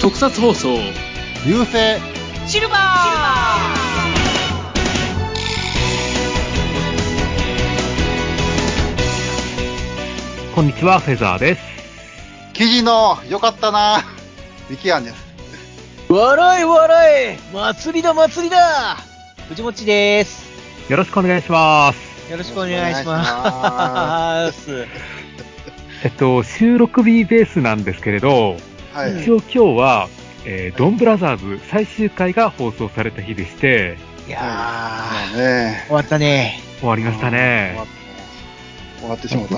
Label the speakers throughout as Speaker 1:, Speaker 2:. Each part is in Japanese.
Speaker 1: 特撮放送
Speaker 2: 流星
Speaker 3: シルバー
Speaker 4: こんにちは、フェザーです。
Speaker 2: 記事のよかったなウィキアンです
Speaker 3: 笑い笑い祭りだ祭りだ藤持です。
Speaker 4: よろしくお願いします。
Speaker 3: よろしくお願いし ます。
Speaker 4: えっと、収録日ベースなんですけれど、
Speaker 2: はい、
Speaker 4: 一応今日は、えードンブラザーズ最終回が放送された日でして、
Speaker 3: いや
Speaker 2: もうね
Speaker 3: ー、終わったね。
Speaker 4: 終わりましたね。
Speaker 2: 終わってしまった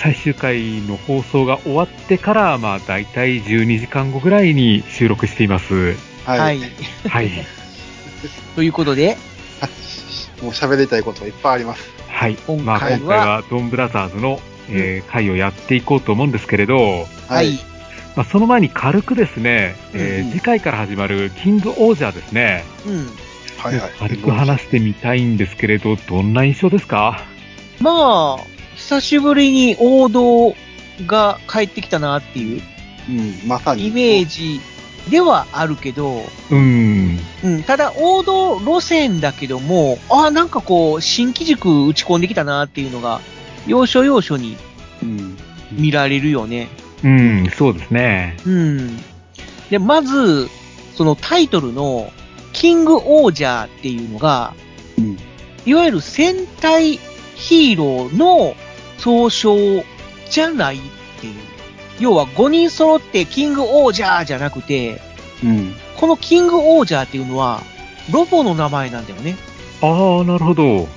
Speaker 4: 最終回の放送が終わってから、まあ、大体12時間後ぐらいに収録しています。
Speaker 3: はい。
Speaker 4: はい。
Speaker 3: ということで、
Speaker 2: もう喋りたいことがいっぱいあります
Speaker 4: はい。
Speaker 3: 今回は
Speaker 4: まあ、今回はドンブラザーズの、えー回をやっていこうと思うんですけれど、
Speaker 3: はい。
Speaker 4: まあ、その前に軽くですね、えー
Speaker 2: うん
Speaker 4: 次回から始まるキングオージャーですね。
Speaker 3: うん。
Speaker 2: はいはい
Speaker 4: 軽く話してみたいんですけれど、どんな印象ですか
Speaker 3: まあ、久しぶりに王道が帰ってきたなっていう
Speaker 2: うんまさに
Speaker 3: イメージではあるけど、
Speaker 4: うーん。
Speaker 3: うん、ただ王道路線だけども、ああ、なんかこう、新機軸打ち込んできたなっていうのが、要所要所に
Speaker 2: うん
Speaker 3: 見られるよね。
Speaker 4: うん、そうですね。
Speaker 3: うん。で、まず、そのタイトルの、キングオージャーっていうのが、
Speaker 2: うん
Speaker 3: いわゆる戦隊ヒーローの総称じゃないっていう。要は5人揃ってキングオージャーじゃなくて、
Speaker 2: うん
Speaker 3: このキングオージャーっていうのは、ロボの名前なんだよね。
Speaker 4: ああ、なるほど。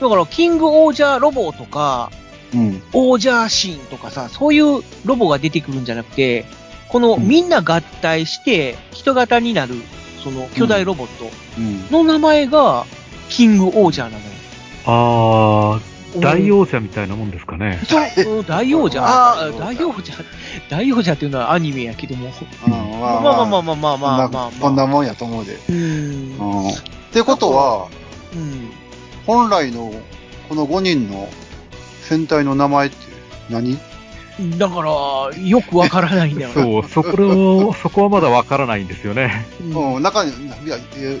Speaker 3: だから、キングオージャーロボとか、
Speaker 2: うん
Speaker 3: オージャーシーンとかさ、そういうロボが出てくるんじゃなくて、この
Speaker 2: うん
Speaker 3: みんな合体して人型になる、その巨大ロボット
Speaker 2: うん
Speaker 3: の名前が、キングオージャーなのよ。
Speaker 4: ああ、大
Speaker 3: 王
Speaker 4: 王者みたいなもんですかね。
Speaker 3: そう、大王者。ああ、大
Speaker 2: 大
Speaker 3: 王者。大王者っていうのはアニメやけども。
Speaker 2: あー
Speaker 3: まあまあまあまあまあまあまあま
Speaker 2: こ
Speaker 3: あ。
Speaker 2: んなこんなもんやと思うで、
Speaker 3: うーん。
Speaker 2: うん、ってことは
Speaker 3: うん。
Speaker 2: 本来のこの5人の戦隊の名前って何
Speaker 3: だから、よくわからないんだよな。
Speaker 4: そう、そこを、そこはまだわからないんですよね。
Speaker 3: うん
Speaker 2: うん、中に、いや、えー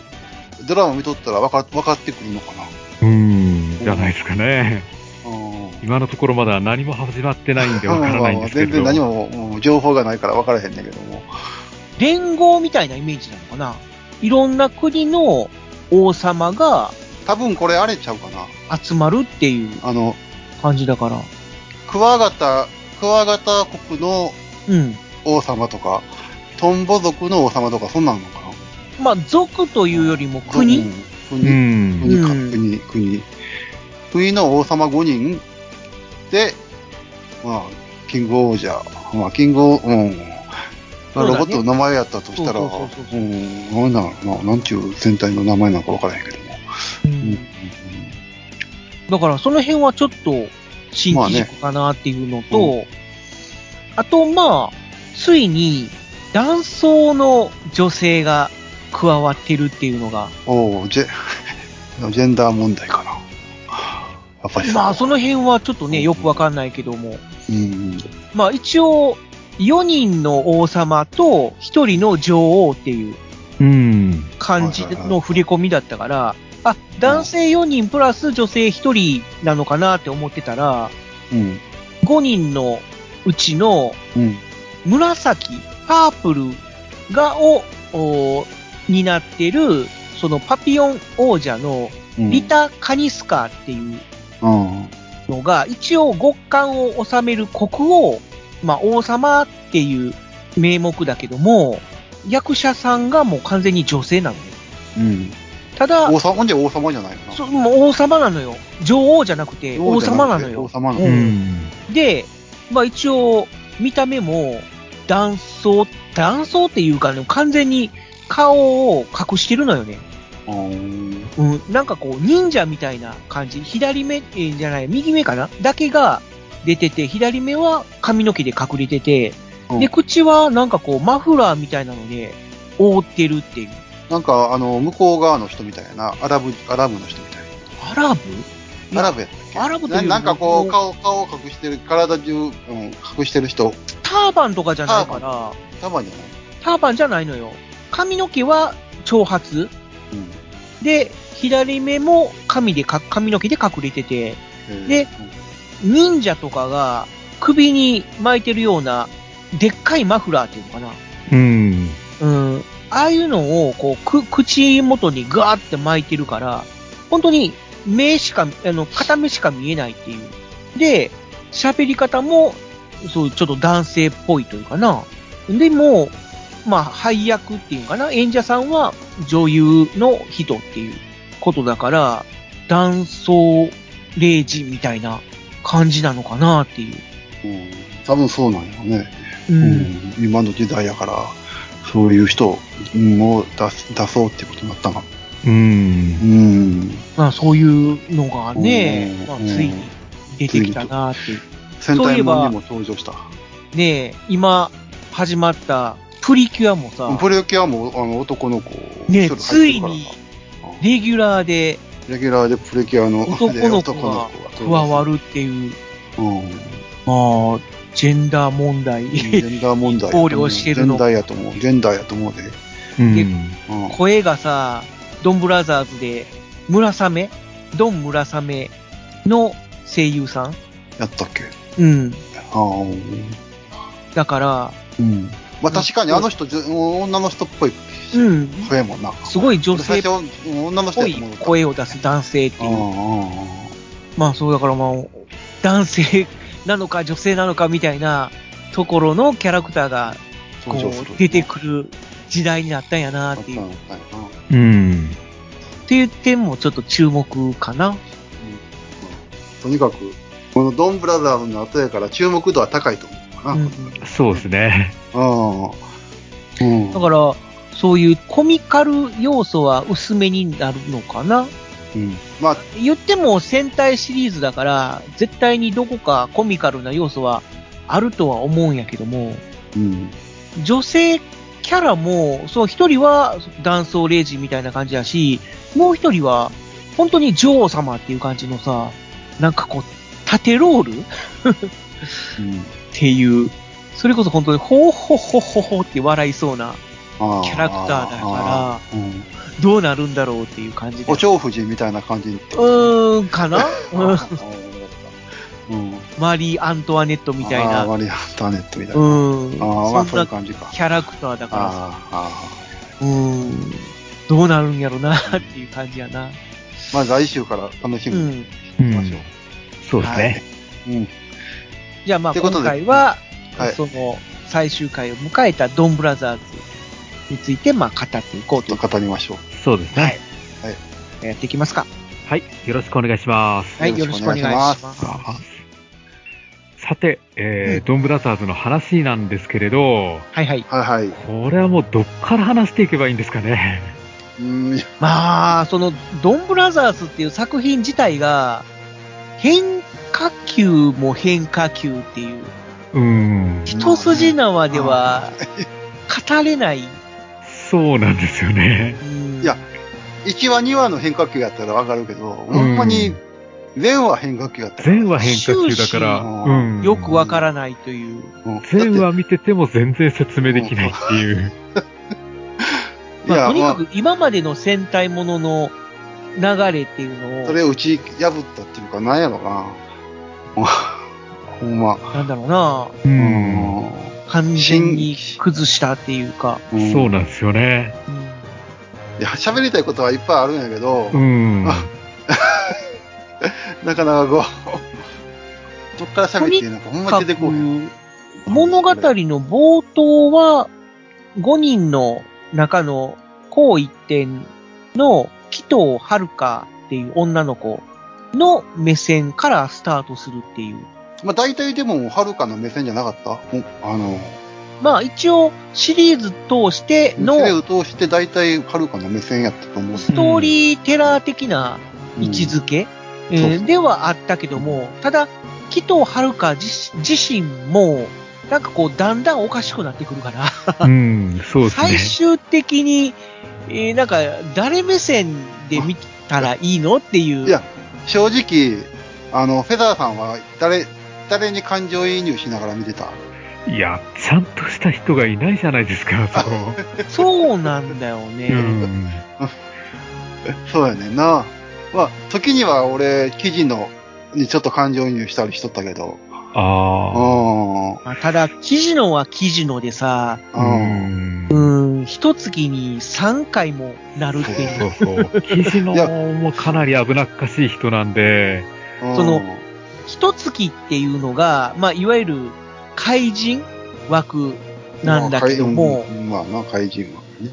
Speaker 2: ドラマ見とったら分か分かってくるのかな。
Speaker 4: うーん、じゃないですかね。
Speaker 2: うん。
Speaker 4: 今のところまだ何も始まってないんでわからないんですけれ
Speaker 2: 全
Speaker 4: ど。
Speaker 2: 然何も、うん情報がないから分からへんねんけども。
Speaker 3: 連合みたいなイメージなのかないろんな国の王様が
Speaker 2: 多分これあれちゃうかな。
Speaker 3: 集まるっていう
Speaker 2: あの、
Speaker 3: 感じだから。
Speaker 2: クワガタ、クワガタ国の
Speaker 3: うん。
Speaker 2: 王様とか、トンボ族の王様とか、そんなんのかな。
Speaker 3: まあ、族というよりも国、
Speaker 2: うん
Speaker 4: う
Speaker 2: 国、
Speaker 4: ん。
Speaker 2: 国か、
Speaker 3: うん
Speaker 2: 国、国。国の王様5人で、まあ、キングオージャー。まあ、キングオー、うん。まあ
Speaker 3: そうだね
Speaker 2: ロボットの名前やったとしたら、、
Speaker 3: そううそうそうそうん
Speaker 2: なんだろうな、なんちゅう全体の名前なのか分からへんけども。
Speaker 3: うんだからその辺はちょっと新機軸かなっていうのと、
Speaker 2: まあ
Speaker 3: あとまあ、ついに男装の女性が加わってるっていうのが、
Speaker 2: おおジェ、 ジェンダー問題かな。やっぱり
Speaker 3: まあそ
Speaker 2: の、
Speaker 3: の辺はちょっと
Speaker 2: う
Speaker 3: ね、
Speaker 2: ん
Speaker 3: よくわかんないけども、
Speaker 2: うん、
Speaker 3: まあ一応、4人の王様と1人の女王っていう
Speaker 4: うん。
Speaker 3: 感じ
Speaker 2: はいはいは
Speaker 3: の
Speaker 2: い
Speaker 3: 振り込みだったから、あ、男性4人プラス女性1人なのかなって思ってたら、
Speaker 2: うん、
Speaker 3: 5人のうちの
Speaker 2: うん、
Speaker 3: 紫、パープルがを、おになってる、そのパピオン王者の
Speaker 2: うん。
Speaker 3: リタ・カニスカっていう
Speaker 2: うん、
Speaker 3: のが、一応極寒を治める国王、まあ王様っていう名目だけども、役者さんがもう完全に女性なのよ。
Speaker 2: うん。
Speaker 3: ただ、
Speaker 2: 王様、ほんじゃ王様じゃないのかな。
Speaker 3: そもう王様なのよ。女王じゃなくて、王
Speaker 2: じゃくて
Speaker 3: 様なのよ
Speaker 2: 王。様な
Speaker 3: う
Speaker 4: う
Speaker 2: の。
Speaker 4: ん。
Speaker 3: で、まあ一応、見た目も、断層、断層っていうかね、完全に顔を隠してるのよね。
Speaker 2: うん。
Speaker 3: うん、なんかこう、忍者みたいな感じ。左目、えーじゃない、右目かなだけが出てて、左目は髪の毛で隠れてて、
Speaker 2: うん
Speaker 3: で、口はなんかこう、マフラーみたいなので覆ってるっていう。
Speaker 2: なんか、あの、向こう側の人みたいやな。アラブ、アラブの人みたい。
Speaker 3: アラブいや
Speaker 2: アラブやったっけ
Speaker 3: アラブという
Speaker 2: な
Speaker 3: より
Speaker 2: なんかこう、
Speaker 3: も
Speaker 2: 顔、顔を隠してる、体中、うん、隠してる人、
Speaker 3: ターバンとかじゃないから、
Speaker 2: たまにはね。
Speaker 3: ターバンじゃないのよ。髪の毛は長髪
Speaker 2: うん
Speaker 3: で、左目も髪でか、髪の毛で隠れてて、
Speaker 2: えー。
Speaker 3: で忍者とかが首に巻いてるような、でっかいマフラーっていうのかな。
Speaker 4: うん。
Speaker 3: うん。ああいうのを、こう、く、口元にガーって巻いてるから、本当に目しか、あの、片目しか見えないっていう。で、喋り方も、そう、ちょっと男性っぽいというかな。でも、まあ、配役っていうかな。演者さんは女優の人っていうことだから、男装0時みたいな感じなのかなってい
Speaker 2: う
Speaker 3: う。
Speaker 2: んうん多分そうなんよね。
Speaker 3: う。
Speaker 2: うんん今の時代やから、そういう人を出す出そうってことになったな。
Speaker 4: うん
Speaker 2: う。ん。
Speaker 3: まあ、そういうのがね
Speaker 2: う、ん
Speaker 3: まあ、ついに出てきたなっていう。
Speaker 2: 戦隊もんにも登場した。
Speaker 3: ねえ、今始まったプリキュアもさ、
Speaker 2: プロキュアもあの男の子、
Speaker 3: ね
Speaker 2: 一
Speaker 3: え、
Speaker 2: 人
Speaker 3: つ
Speaker 2: 入って
Speaker 3: い
Speaker 2: るからな
Speaker 3: にレギュラーで
Speaker 2: レギュラーでプレキュアの
Speaker 3: 男
Speaker 2: で
Speaker 3: の子が加わるっていう、
Speaker 2: うん。
Speaker 3: まあ、ジェンダー問題。
Speaker 2: ジェンダー問題。
Speaker 3: 考慮してるの
Speaker 2: ジェンダーやと思う。ジェンダーやと思うで。
Speaker 4: うん。
Speaker 2: うん。
Speaker 3: 声がさ、ドンブラザーズで、村雨ドン村雨の声優さん
Speaker 2: やったっけ
Speaker 3: うん。
Speaker 2: ああ。
Speaker 3: だから、
Speaker 2: うん。まあ確かにあの人、じゅ女の人っぽい。
Speaker 3: うん。
Speaker 2: 声やもんな。
Speaker 3: すごい女性
Speaker 2: 最
Speaker 3: っ
Speaker 2: 初、女の人
Speaker 3: ぽ
Speaker 2: や
Speaker 3: い
Speaker 2: と思う。
Speaker 3: 声を出す男性って
Speaker 2: う
Speaker 3: いう。
Speaker 2: んうんうん。
Speaker 3: まあそうだからまあ、男性なのか女性なのかみたいなところのキャラクターがこ
Speaker 2: 登場する
Speaker 3: う出てくる時代になったんやな
Speaker 2: あ
Speaker 3: っ
Speaker 2: ってた
Speaker 3: い
Speaker 2: の
Speaker 3: う。
Speaker 2: かよな。
Speaker 4: うん。
Speaker 3: っていう点もちょっと注目かな。
Speaker 2: とにかく、このドンブラザーズの後やから注目度は高いと思うか
Speaker 3: うん
Speaker 4: そうですね。
Speaker 2: な。うん。うん。
Speaker 3: だから、そういうコミカル要素は薄めになるのかな
Speaker 2: うん、まあ、
Speaker 3: 言っても戦隊シリーズだから、絶対にどこかコミカルな要素はあるとは思うんやけども、
Speaker 2: うん。
Speaker 3: 女性キャラも、そう、一人は男装レイジみたいな感じだし、もう一人は、本当に女王様っていう感じのさ、なんかこう、縦ロールっ
Speaker 2: うん、
Speaker 3: ていう、それこそ本当に、ほうほほほほって笑いそうな、
Speaker 2: あ
Speaker 3: キャラクターだから
Speaker 2: ら、うん、
Speaker 3: どうなるんだろうっていう感じで。
Speaker 2: お蝶夫人みたいな感じに。
Speaker 3: うーん、かなうん
Speaker 2: うん。
Speaker 3: マリー・アントワネットみたい
Speaker 2: あー
Speaker 3: な。
Speaker 2: マリー・アントワネットみたいうな。
Speaker 3: ん。
Speaker 2: ああ、まあ、そうい
Speaker 3: そんな
Speaker 2: う感じか。
Speaker 3: キャラクターだからさ。
Speaker 2: ああ、あ
Speaker 3: うん。どうなるんやろなっていう感じやな。
Speaker 2: あ。まあ、来週から楽し
Speaker 3: う
Speaker 2: みにし
Speaker 3: ん。
Speaker 2: ましょ
Speaker 4: そうです
Speaker 2: は
Speaker 4: ね
Speaker 2: い。う。うん。
Speaker 3: じゃあまあ
Speaker 2: という
Speaker 3: 今
Speaker 2: ことで
Speaker 3: 回は、
Speaker 2: はい
Speaker 3: その最終回を迎えたドンブラザーズについてまあ語っていこう
Speaker 2: ちょ
Speaker 3: と
Speaker 2: っと語りましょう。
Speaker 4: そうですね。
Speaker 3: やっていきますか。
Speaker 4: はい。よろしくお願いします。
Speaker 3: はい、よ
Speaker 2: よ
Speaker 3: ろ
Speaker 2: ろ
Speaker 3: し
Speaker 2: し
Speaker 3: く
Speaker 2: く
Speaker 3: お
Speaker 2: お
Speaker 3: 願
Speaker 2: 願
Speaker 3: い
Speaker 2: い
Speaker 3: し
Speaker 2: し
Speaker 3: ま
Speaker 2: ますす。
Speaker 4: さて、え
Speaker 3: う
Speaker 4: ー
Speaker 3: ん
Speaker 4: ドンブラザーズの話なんですけれど、
Speaker 3: はいはい。
Speaker 2: はいはい。
Speaker 4: これはもうどっから話していけばいいんですかね。
Speaker 2: うん、
Speaker 3: まあ、そのドンブラザーズっていう作品自体が、変化球も変化球っていう、
Speaker 4: うん。
Speaker 3: 一筋縄では語れない。
Speaker 4: そうなんですよね。
Speaker 3: うん
Speaker 2: いや1話、2話の変化球やったらわかるけど、ほんまに、全話変化球やったから。
Speaker 4: 全話変化球だから、
Speaker 2: 終始
Speaker 4: うん。
Speaker 3: よくわからないという。
Speaker 2: うんだって
Speaker 4: 全話見てても全然説明できないっていう。
Speaker 3: まあ、とにか
Speaker 2: ま
Speaker 3: く今までの戦隊ものの流れっていうの
Speaker 2: あ
Speaker 3: を、
Speaker 2: それを打ち破ったっていうか、なんやろな。ほんま。
Speaker 3: なんだろうな、
Speaker 2: う
Speaker 4: う。
Speaker 2: んん。
Speaker 3: 完全に崩したっていうか。
Speaker 4: そう
Speaker 2: い
Speaker 4: なんですよね。
Speaker 2: や、喋りたいことはいっぱいあるんやけど、
Speaker 4: うん。
Speaker 2: あなかなかこう、どっから喋っていいのか、ほんま
Speaker 3: 各
Speaker 2: 出てこうへん。
Speaker 3: 物語の冒頭は、5人の中の高一点の紀藤遥っていう女の子の目線からスタートするっていう。
Speaker 2: まあ、大体でも、はるかの目線じゃなかったうんあの、
Speaker 3: まあ一応シリーズ通しての
Speaker 2: セレを通して大体、はるかの目線やったと思う。
Speaker 3: ストーリーテラー的な位置づけ、えー
Speaker 2: そうそう
Speaker 3: ではあったけども、ただ、紀藤遥自自身も、なんかこう、だんだんおかしくなってくるから、
Speaker 4: うん、そうですね。
Speaker 3: 最終的に、ええーなんか、誰目線で見たらいいのっていう。
Speaker 2: いや、正直、あの、フェザーさんは誰、誰に感情移入しながら見てた
Speaker 4: いや、ちゃんとした人がいないじゃないですか、そこ。
Speaker 3: そうなんだよね。
Speaker 4: うん。
Speaker 2: そうやねんな。まあ、時には俺、記事の、にちょっと感情移入したりしとったけど。
Speaker 4: あ
Speaker 2: う
Speaker 3: まあ、ただ、記事のは記事のでさ、
Speaker 4: あ。
Speaker 2: ん。うん。
Speaker 4: ん
Speaker 3: うーん、一月に3回もなるってい。
Speaker 4: そううそう。記事の
Speaker 2: いや
Speaker 4: もかなり危なっかしい人なんで、
Speaker 3: その一月っていうのが、まあ、いわゆる怪人枠なんだけども、
Speaker 2: うんまあな、怪人はね。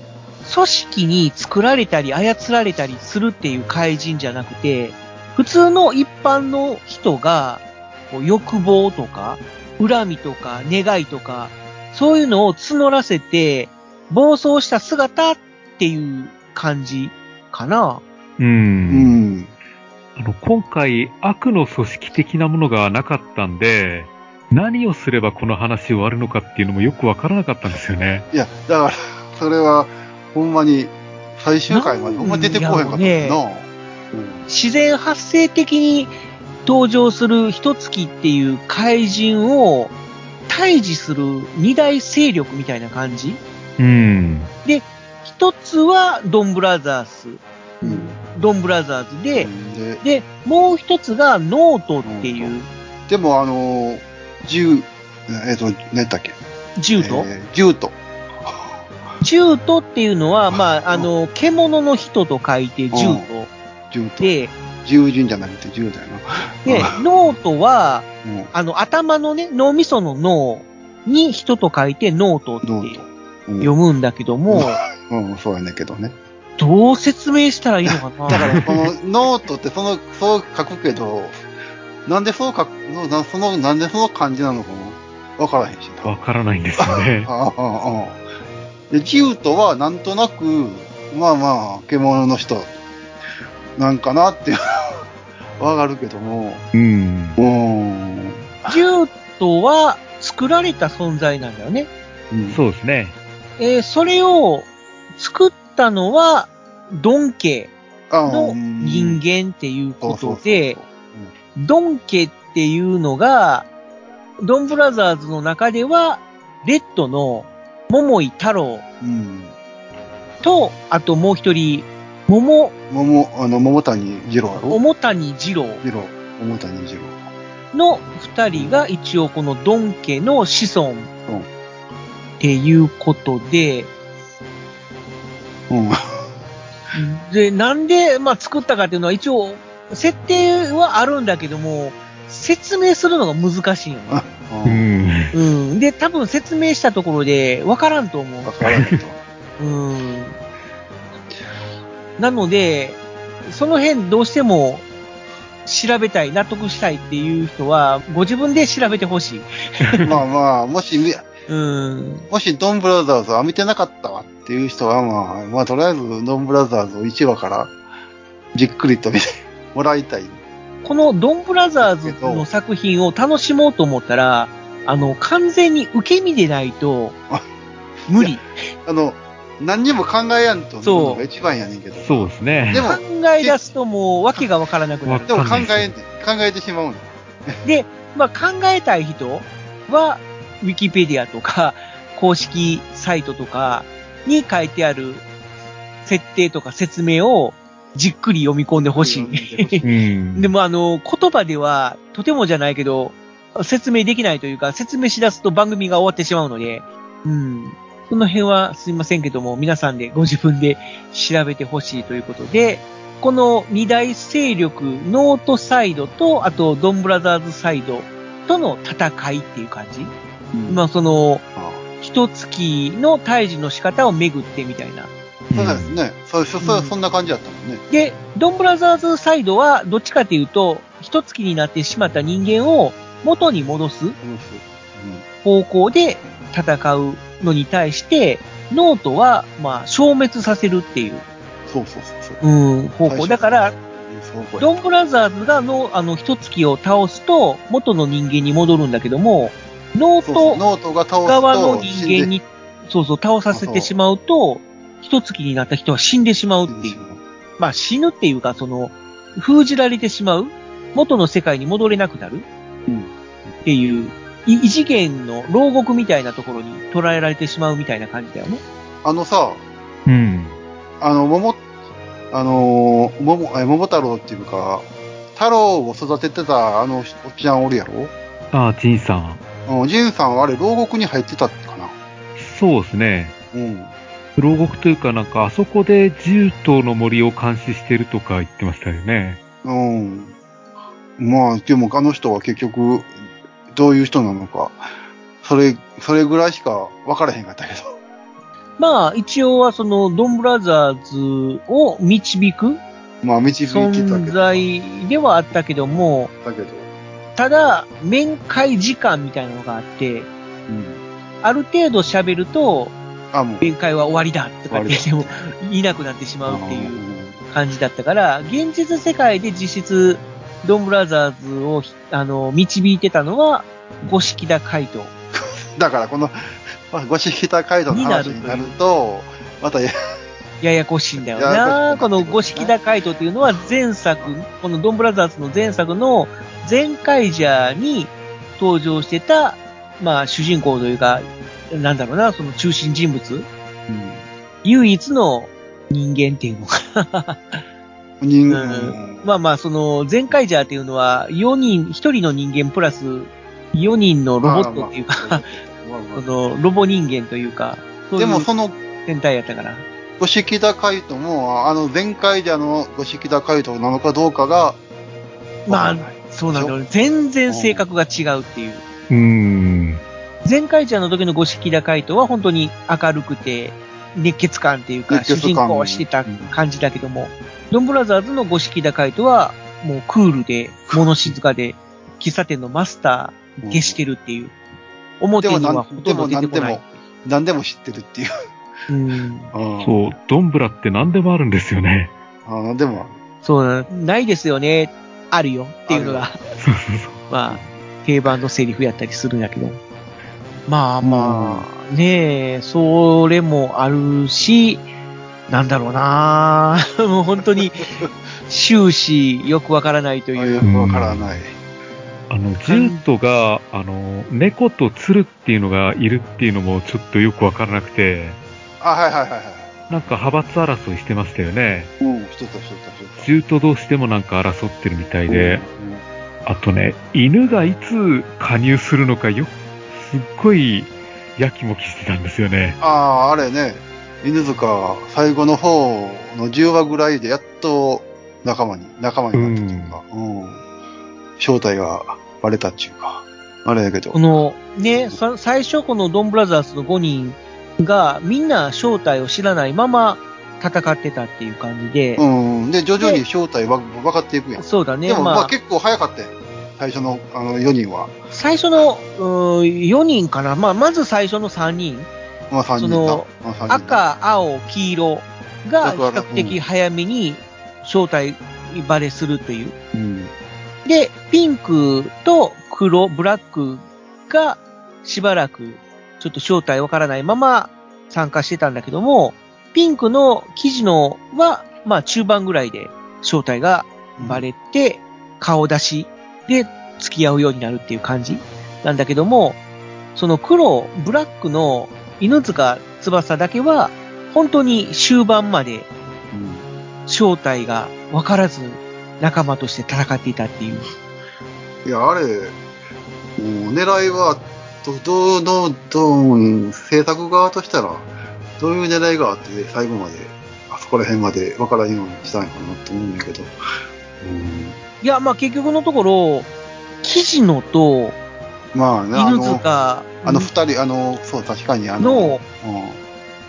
Speaker 3: 組織に作られたり操られたりするっていう怪人じゃなくて、普通の一般の人が、こう欲望とか、恨みとか、願いとか、そういうのを募らせて、暴走した姿っていう感じかな。
Speaker 2: う
Speaker 4: う。
Speaker 2: んん。
Speaker 4: あの、今回、悪の組織的なものがなかったんで、何をすればこの話終わるのかっていうのもよくわからなかったんですよね。
Speaker 2: いや、だから、それは、ほんまに、最終回までほんま出てこへんかったもんな。うん
Speaker 3: 自然発生的に登場する一月っていう怪人を退治する二大勢力みたいな感じ
Speaker 4: うん。
Speaker 3: 一つはドンブラザーズ、
Speaker 2: うん
Speaker 3: ドンブラザーズで、
Speaker 2: で
Speaker 3: で、もう一つがノートっていう、
Speaker 2: でも、あのー、銃、えっ、と、何やったっけ
Speaker 3: 獣都、
Speaker 2: えー銃と。
Speaker 3: 獣都っていうのは、まあ、あ
Speaker 2: うん
Speaker 3: の、獣の人と書いて獣都
Speaker 2: 銃と。
Speaker 3: で、
Speaker 2: 従順じゃなくて銃だよな。
Speaker 3: で、ノートは、
Speaker 2: うん。
Speaker 3: あの、頭のね、脳みその脳に人と書いてノートって
Speaker 2: ノートうん
Speaker 3: 読むんだけども、
Speaker 2: うん、そうやねんけどね。
Speaker 3: どう説明したらいいのかな
Speaker 2: だから、このノートって、その、 そう書くけど、なんでそう書く、のなその、なんでその感じなのかも、わからへんしな。
Speaker 4: わからないんですよね。
Speaker 2: ああ、ああ。で、ジウトは、なんとなく、まあまあ、獣の人、なんかなっていう、 わかるけども、
Speaker 4: うん
Speaker 2: う。ーん。
Speaker 3: ジュートは作られた存在なんだよね。
Speaker 2: うん
Speaker 4: そうですね。
Speaker 3: えーそれを作ったのは、ドン家
Speaker 2: ああ
Speaker 3: の
Speaker 2: うん
Speaker 3: 人間っていう
Speaker 2: そ
Speaker 3: こ
Speaker 2: うそう
Speaker 3: と
Speaker 2: そう
Speaker 3: で、ドン家っていうのが、ドンブラザーズの中では、レッドの桃井太郎
Speaker 2: うん。
Speaker 3: と、あともう一人、桃、
Speaker 2: 桃、あの、桃谷二郎やろ
Speaker 3: 桃谷二郎
Speaker 2: 二郎。桃谷二郎。
Speaker 3: の二人が一応このドン家の子孫
Speaker 2: うん
Speaker 3: っていうことで、
Speaker 2: うん。
Speaker 3: で、なんで、まあ、作ったかっていうのは一応、設定はあるんだけども、説明するのが難しいよね。
Speaker 2: あうん
Speaker 4: うん。
Speaker 3: うん。で、多分説明したところで分からんと思
Speaker 2: わからんけど。
Speaker 3: う。うん。なので、その辺どうしても調べたい、納得したいっていう人は、ご自分で調べてほしい。
Speaker 2: まあまあ、もしみ、
Speaker 3: うん。
Speaker 2: もしドンブラザーズは見てなかったわっていう人は、まあ、まあ、とりあえずドンブラザーズを1話からじっくりと見て もらいたい。
Speaker 3: このドンブラザーズの作品を楽しもうと思ったら、あの、完全に受け身でないと
Speaker 2: あ、
Speaker 3: 無理。
Speaker 2: あの、何にも考えやんと見るの
Speaker 3: そ
Speaker 2: が
Speaker 3: う
Speaker 2: 一番やねんけど。
Speaker 4: そうですね。
Speaker 2: でも
Speaker 3: 考え出すともう訳がわからなくなる。
Speaker 2: でも考え、考えてしまうの。
Speaker 3: で、まあ考えたい人は、ウィキペディアとか、公式サイトとかに書いてある設定とか説明をじっくり読み込んでほしい。
Speaker 2: い。
Speaker 4: うん。
Speaker 3: でもあの、言葉ではとてもじゃないけど、説明できないというか、説明しだすと番組が終わってしまうので、うん。その辺はすいませんけども、皆さんでご自分で調べてほしいということで、この二大勢力、ノートサイドと、あとドンブラザーズサイドとの戦いっていう感じ。
Speaker 2: うん
Speaker 3: まあその、
Speaker 2: あ
Speaker 3: 一月の退治の仕方を巡ってみたいな。
Speaker 2: そうですね。そう、そうそう
Speaker 3: うん
Speaker 2: そんな感じだったもんね。
Speaker 3: で、ドンブラザーズサイドは、どっちかというと、一月になってしまった人間を元に戻す
Speaker 2: うん
Speaker 3: 方向で戦うのに対して、ノートは、まあ、消滅させるっていう、
Speaker 2: そうそうそうそう。
Speaker 3: うん、方向。だから
Speaker 2: うん、、そう
Speaker 3: ドンブラザーズがの、あの、一月を倒すと、元の人間に戻るんだけども、ノ
Speaker 2: そうそう
Speaker 3: ー
Speaker 2: ノートが倒
Speaker 3: ト
Speaker 2: すと
Speaker 3: 側の人
Speaker 2: 死んで
Speaker 3: 間に、そうそう、倒させてしまうと、一月になった人は死んでしまうっていう。まあ死ぬっていうか、その、封じられてしまう元の世界に戻れなくなる
Speaker 2: うん
Speaker 3: っていう、い異次元の牢獄みたいなところに捉えられてしまうみたいな感じだよね。
Speaker 2: あのさ、
Speaker 4: うん。
Speaker 2: あの、桃、あのー、桃、え、桃太郎っていうか、太郎を育ててたあのおっちゃんおるやろ
Speaker 4: ああ、ジンさん。
Speaker 2: うん、ジンさんはあれ牢獄に入ってたってかな。
Speaker 4: そうですね。
Speaker 2: うん。
Speaker 4: 牢獄というかなんか、あそこで10頭の森を監視してるとか言ってましたよね。
Speaker 2: うん。まあ、でもあの人は結局、どういう人なのか、それ、それぐらいしか分からへんかったけど。
Speaker 3: まあ一応はそのドンブラザーズを導く
Speaker 2: まあ、導いてたけど。
Speaker 3: 存在ではあったけども、
Speaker 2: だけど。
Speaker 3: ただ面会時間みたいなのがあって、
Speaker 2: うん。
Speaker 3: ある程度喋ると、
Speaker 2: あ、もう。
Speaker 3: 面会は終わりだとかって
Speaker 2: 終
Speaker 3: 言
Speaker 2: わ
Speaker 3: っても、いなくなってしまうっていううん感じだったから、現実世界で実質、ドンブラザーズをひ、あの、導いてたのは、五色田海斗。
Speaker 2: だから、この、まあご指揮た回答の話になると、また、
Speaker 3: ややこしいんだよ
Speaker 2: ややこしくなっ
Speaker 3: な。
Speaker 2: てく
Speaker 3: こ
Speaker 2: る
Speaker 3: の五色田海斗っていうのは前作、このドンブラザーズの前作の前回じゃに登場してた、まあ主人公というか、なんだろうな、その中心人物、唯一の人間っていうのか。
Speaker 2: 人、
Speaker 3: うんまあまあ、その前回じゃっていうのは4人、1人の人間プラス4人のロボットっていうか、
Speaker 2: まあまあまあ
Speaker 3: そのロボ人間というか、そうい
Speaker 2: でも、
Speaker 3: う
Speaker 2: その、
Speaker 3: 戦隊やったから。
Speaker 2: 五色田海斗も、あの、前回であの、五色田海斗なのかどうかが、
Speaker 3: まあ
Speaker 2: わからない、
Speaker 3: そうなんだよ。全然性格が違うっていう。
Speaker 4: うーん。
Speaker 3: 前回ちゃんの時の五色田海斗は本当に明るくて、熱血感っていうか、
Speaker 2: 熱
Speaker 3: 主
Speaker 2: 血
Speaker 3: 人
Speaker 2: 感
Speaker 3: 公はしてた感じだけども、ドンブラザーズの五色田海斗は、もうクールで、物静かで、喫茶店のマスター、
Speaker 2: うん
Speaker 3: 消してるっていう。表にはほとんど出てこない。
Speaker 2: 何でも知ってるっていう。
Speaker 3: うん。
Speaker 2: そ
Speaker 4: そう、ドンブラって何でもあるんですよね。
Speaker 2: うん。あでも、
Speaker 3: そうな、ないですよね。あるよっていうのが、
Speaker 4: そうそうそう。
Speaker 3: まあ、定番のセリフやったりするんやけど。まあまあ、ねえ、それもあるし、なんだろうな もう本当に、終始よくわからないと
Speaker 2: と
Speaker 3: いう。
Speaker 2: いうわからない。
Speaker 4: あの、ジュートが、あの、猫と鶴っていうのがいるっていうのもちょっとよくわからなくて、
Speaker 2: あ、はいはいはいはい。
Speaker 4: なんか派閥争いしてましたよね。
Speaker 2: うん、一つ一つ一つ。
Speaker 4: ジュート同士でもなんか争ってるみたいで、
Speaker 2: うん
Speaker 4: あとね、犬がいつ加入するのかよ、すっごい、やきもきしてたんですよね。
Speaker 2: ああ、あれね、犬塚、最後の方の10話ぐらいでやっと仲間に、仲間になったっていうか、うん。正体がバレたっていうか、あれだけど
Speaker 3: こ、の、ね、さ最初このドンブラザーズの5人が、みんな正体を知らないまま戦ってたっていう感じで、
Speaker 2: うん。で、徐々に正体は分かっていくやん。
Speaker 3: そうだね、
Speaker 2: でも、ま
Speaker 3: ま
Speaker 2: あ
Speaker 3: あ、
Speaker 2: 結構早かったよ。最初のあの4人は。
Speaker 3: 最初の、う4人かな。まあ、まず最初の3人。
Speaker 2: まあ3人
Speaker 3: そ
Speaker 2: だ
Speaker 3: の。
Speaker 2: まあ三人だ
Speaker 3: 赤、青、黄色が比較的早めに正体バレするという。
Speaker 2: うん。
Speaker 3: で、ピンクと黒、ブラックがしばらくちょっと正体わからないまま参加してたんだけども、ピンクの生地のは、まあ中盤ぐらいで正体がバレて、顔出しで付き合うようになるっていう感じなんだけども、その黒、ブラックの犬塚翼だけは、本当に終盤まで
Speaker 2: うん。
Speaker 3: 正体が分からず仲間として戦っていたっていう。
Speaker 2: いや、あれ、もう狙いは、ど、どの、どの、制作側としたら、どういう狙いがあって、最後まで、あそこら辺まで分からんようにしたんかなと思うんだけど。う
Speaker 3: いや、まあ結局のところ、キジノと
Speaker 2: ん。まあね、あ
Speaker 3: 犬
Speaker 2: の、
Speaker 3: 塚
Speaker 2: あの二人、あの、そう、確かにあの、
Speaker 3: の
Speaker 2: うん。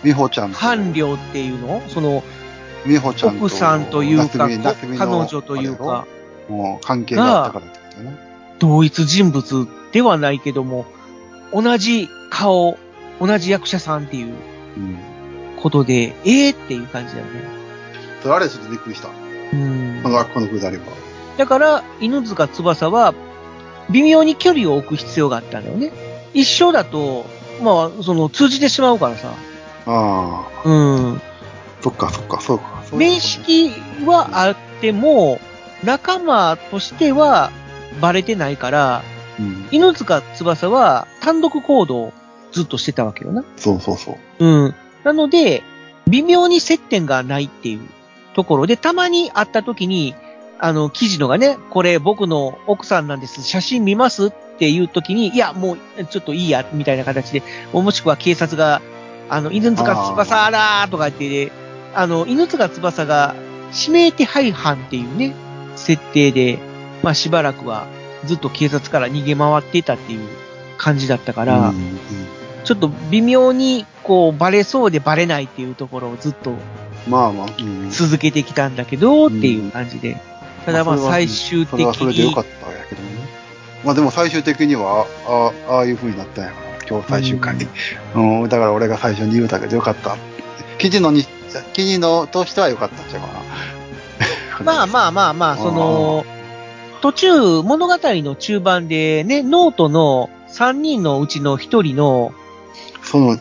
Speaker 2: 美穂ちゃんと、
Speaker 3: 伴侶っていうのその
Speaker 2: 美穂ちゃんと、
Speaker 3: 奥さんというか、
Speaker 2: 夏美夏美の
Speaker 3: 彼女というか、
Speaker 2: あれやろ、もう関係があったからってことね。
Speaker 3: 同一人物ではないけども、同じ顔、同じ役者さんっていう
Speaker 2: うん。
Speaker 3: ことで、ええっていう感じだよね。
Speaker 2: それあれちょっとびっくりした。
Speaker 3: うん
Speaker 2: こ。の、このくだりは。
Speaker 3: だから、犬塚翼は、微妙に距離を置く必要があったんだよね。一緒だと、まあ、その、通じてしまうからさ。
Speaker 2: ああ。
Speaker 3: うん。
Speaker 2: そっかそっか、そうか。そういうことね
Speaker 3: 面。識はあっても、仲間としてはバレてないから、
Speaker 2: うん。
Speaker 3: 犬塚翼は単独行動をずっとしてたわけよな。
Speaker 2: そうそうそう。
Speaker 3: うん。なので、微妙に接点がないっていうところで、たまに会った時に、あの、記事のがね、これ僕の奥さんなんです、写真見ますっていう時に、いや、もうちょっといいや、みたいな形で、もしくは警察が、あの、犬塚翼あらーとか言って、あの、犬塚翼が指名手配犯っていうね、設定で、まあしばらくはずっと警察から逃げ回っていたっていう感じだったから、
Speaker 2: うんうん
Speaker 3: ちょっと微妙に、こう、バレそうでバレないっていうところをずっと
Speaker 2: まあまあ、うん。
Speaker 3: 続けてきたんだけど、っていう感じで。ただまあ
Speaker 2: まあそれは
Speaker 3: 最終
Speaker 2: そ
Speaker 3: 的
Speaker 2: れはそれでよかっ
Speaker 3: に、
Speaker 2: たんやけどね。まあでも最終的には、ああああいう風になったんやから、今日最終回に。うん、だから俺が最初に言うたけどよかった。記事のに、記事のとしてはよかったんちゃうかな。
Speaker 3: まあ
Speaker 2: あ。
Speaker 3: まあまあまあ、その、途中、物語の中盤でね、ノートの3人のうちの1人の、
Speaker 2: その、うん。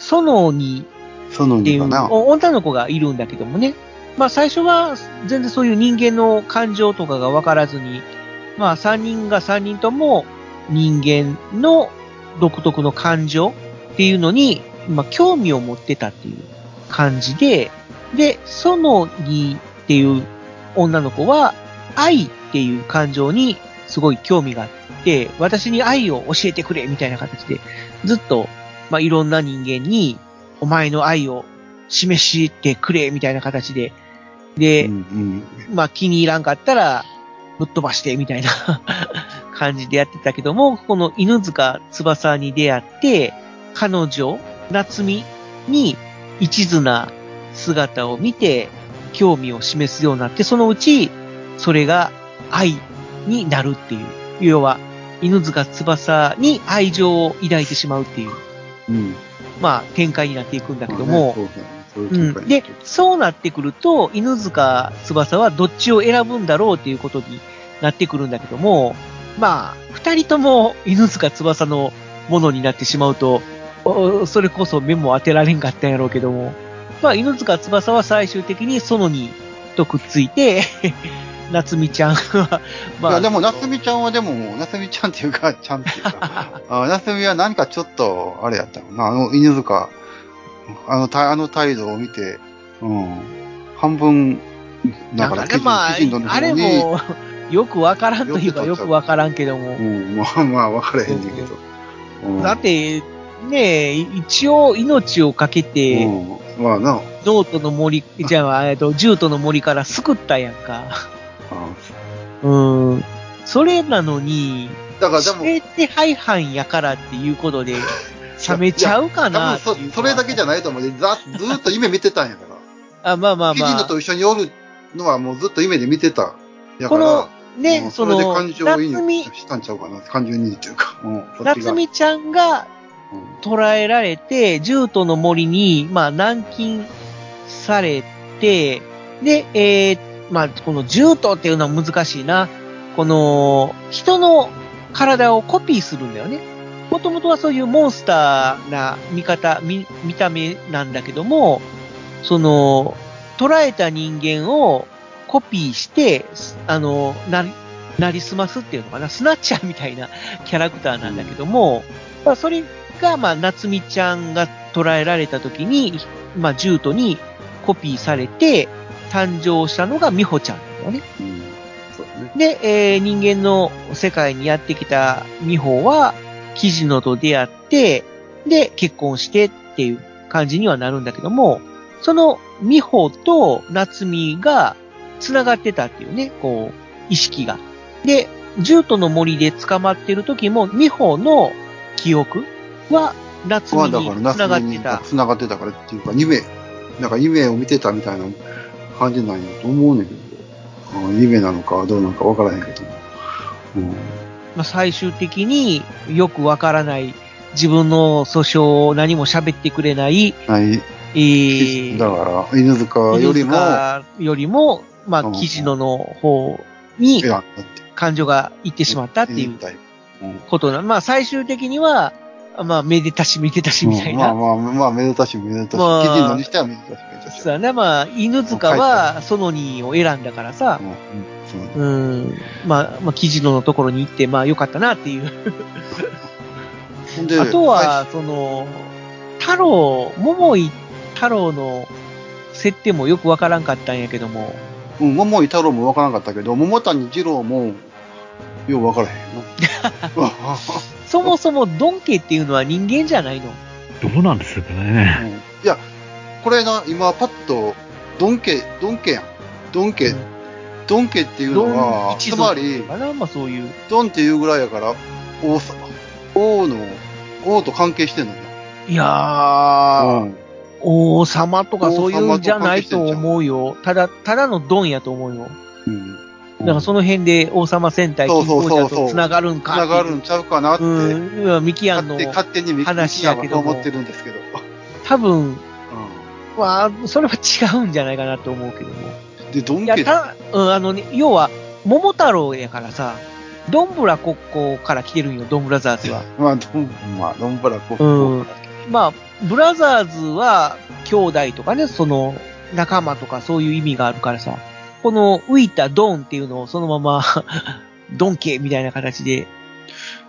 Speaker 3: ソノに
Speaker 2: その
Speaker 3: ってい
Speaker 2: に
Speaker 3: う
Speaker 2: かな。
Speaker 3: 女の子がいるんだけどもね。まあ最初は全然そういう人間の感情とかがわからずに、まあ3人が3人とも人間の独特の感情っていうのに、まあ興味を持ってたっていう感じで、で、そのにっていう女の子は愛っていう感情にすごい興味があって、私に愛を教えてくれみたいな形で、ずっと、まあいろんな人間にお前の愛を示してくれ、みたいな形で。
Speaker 2: う
Speaker 3: で、
Speaker 2: んうん。
Speaker 3: まあ気に入らんかったら、ぶっ飛ばして、みたいな 感じでやってたけども、この犬塚翼に出会って、彼女、夏美に一途な姿を見て、興味を示すようになって、そのうち、それが愛になるっていう。要は、犬塚翼に愛情を抱いてしまうっていう、
Speaker 2: うん。
Speaker 3: まあ展開になっていくんだけども、
Speaker 2: まあね、そうねそういう展
Speaker 3: う
Speaker 2: 開
Speaker 3: ん、で、そうなってくると、犬塚翼はどっちを選ぶんだろうっていうことになってくるんだけども、まあ、二人とも犬塚翼のものになってしまうと、おそれこそ目も当てられんかったんやろうけども、まあ、犬塚翼は最終的に園にとくっついて、 夏美ちゃんは、
Speaker 2: い
Speaker 3: まあ、
Speaker 2: やでも、夏美ちゃんはでももう、夏美ちゃんっていうか、ちゃんっていう か、あ夏美は何かちょっと、あれやったもんな、あの、犬塚、あの、たあの態度を見て、うん、半分、だ
Speaker 3: な
Speaker 2: か
Speaker 3: ん
Speaker 2: ら
Speaker 3: か
Speaker 2: 記
Speaker 3: ね、
Speaker 2: 事、
Speaker 3: まあ
Speaker 2: 記事の、
Speaker 3: あれ
Speaker 2: 方に、
Speaker 3: も、よくわからんといえばよくわからんけども
Speaker 2: う、ん、まあまあ、分からへんねんけど。うん
Speaker 3: だって、ねえ、一応命をかけて、
Speaker 2: うん、まあな、
Speaker 3: ノートの森、じゃ あ、えっと、ジュートの森から救ったやんか。
Speaker 2: あ
Speaker 3: うん。それなのに、
Speaker 2: だからでも、
Speaker 3: 指定手配犯やからっていうこと で、冷めちゃうかな
Speaker 2: 多分そそれだけじゃ
Speaker 3: ない
Speaker 2: ないと思うで、ざずーっと夢見てたんやから。
Speaker 3: あ、まあまあ
Speaker 2: 記事
Speaker 3: ま
Speaker 2: の
Speaker 3: あ。
Speaker 2: と一緒におるのはもうずっと夢で見てた。やか
Speaker 3: こ
Speaker 2: ら
Speaker 3: の、
Speaker 2: う
Speaker 3: ね、
Speaker 2: ん
Speaker 3: そ
Speaker 2: れで
Speaker 3: の、
Speaker 2: 感情移
Speaker 3: 夏
Speaker 2: 入
Speaker 3: 美、
Speaker 2: したんちゃうかな。感情移入というか。うん、そっち
Speaker 3: 夏
Speaker 2: が。
Speaker 3: 美ちゃんが
Speaker 2: うん
Speaker 3: 捕らえられて、ジュートの森に、まあ、軟禁されて、で、えー、まあ、このジュートっていうのは難しいな。この、人の体をコピーするんだよね。もともとはそういうモンスターな見方、見、見た目なんだけども、その、捕らえた人間をコピーして、すあの、なり、なりすますっていうのかな、スナッチャーみたいな キャラクターなんだけども、まあ、それが、まあ、夏美ちゃんが捕らえられた時に、まあ、ジュートにコピーされて、誕生したのが美穂ちゃんだよね。
Speaker 2: うんそうだね。
Speaker 3: で、えー人間の世界にやってきた美穂は、キジノと出会って、で、結婚してっていう感じにはなるんだけども、その美穂と夏美が繋がってたっていうね、こう、意識が。で、ジュートの森で捕まってる時も、美穂の記憶は夏
Speaker 2: まあ
Speaker 3: 美
Speaker 2: だから
Speaker 3: に繋が
Speaker 2: 夏
Speaker 3: っ
Speaker 2: 目に
Speaker 3: てた。
Speaker 2: 繋がってたからっていうか、夢、なんか夢を見てたみたいな感じなんやと思うねんけど、うん夢なのかどうなのかわからへんけど、うん、
Speaker 3: まあ、最終的によくわからない、自分の訴訟を何も喋ってくれない、
Speaker 2: ない、
Speaker 3: えー
Speaker 2: だから、犬塚よりも、
Speaker 3: 犬塚よりも、ま
Speaker 2: う
Speaker 3: あ、
Speaker 2: ん
Speaker 3: 記事のの方に
Speaker 2: 選んだって。
Speaker 3: 感情がいってしまったってい
Speaker 2: 言
Speaker 3: う
Speaker 2: たいうん
Speaker 3: ことな。まあ、最終的には、まあ、めでたしめでたしみたい
Speaker 2: まあ
Speaker 3: な。
Speaker 2: まあ、まあ、めでたし、めでたし。記
Speaker 3: まあ
Speaker 2: 事のにしてはめでたし、めでたし。
Speaker 3: そうだね。まあ、犬塚は、その2を選んだからさ
Speaker 2: う、んうんそう
Speaker 3: うん。まあ、まあ、記事のところに行って、まあ、よかったなっていう。
Speaker 2: ほんで
Speaker 3: あと
Speaker 2: 最
Speaker 3: は、その、太郎、桃井太郎の設定もよくわからんかったんやけども、
Speaker 2: 初うん、桃井太郎もわからなかったけど、桃谷二郎も、ようわからへんな。
Speaker 3: そもそもドン家っていうのは人間じゃないの。
Speaker 4: どうなんですかね。
Speaker 2: うんいや、これな、今パッと、ドンケ、ドンケやん。ドンケ、ドンケっていうのは、つまり、
Speaker 3: あら、まあそういう。
Speaker 2: ドンっていうぐらいやから、王様。王の、王と関係してんのよ。
Speaker 3: いやー、王様とかそういうんじゃないと思うよ。ただ、ただのドンやと思うよ。
Speaker 2: うん。
Speaker 3: だからその辺で王様戦隊、
Speaker 2: そ
Speaker 3: 金
Speaker 2: うそう
Speaker 3: 剛
Speaker 2: そうそう
Speaker 3: 者と繋がるんか
Speaker 2: つ
Speaker 3: ってい
Speaker 2: な
Speaker 3: う。
Speaker 2: がるんちゃうかなって、
Speaker 3: うん、今ミキアンの
Speaker 2: 勝手、勝手に見
Speaker 3: 話やけども
Speaker 2: 思ってるんですけど。
Speaker 3: 多分、
Speaker 2: う
Speaker 3: まあ、それは違うんじゃないかなと思うけども。
Speaker 2: んで、ドン
Speaker 3: いや、
Speaker 2: ケ、
Speaker 3: た、うん、あのね、要は、桃太郎やからさ、どんぶら国交から来てるんよ、ドンブラザーズは。
Speaker 2: まあ、ドン、まあ、ドンブラコ
Speaker 3: うんまあ、ブラザーズは、兄弟とかね、その、仲間とかそういう意味があるからさ、この浮いたドンっていうのをそのまま、 ドンケみたいな形で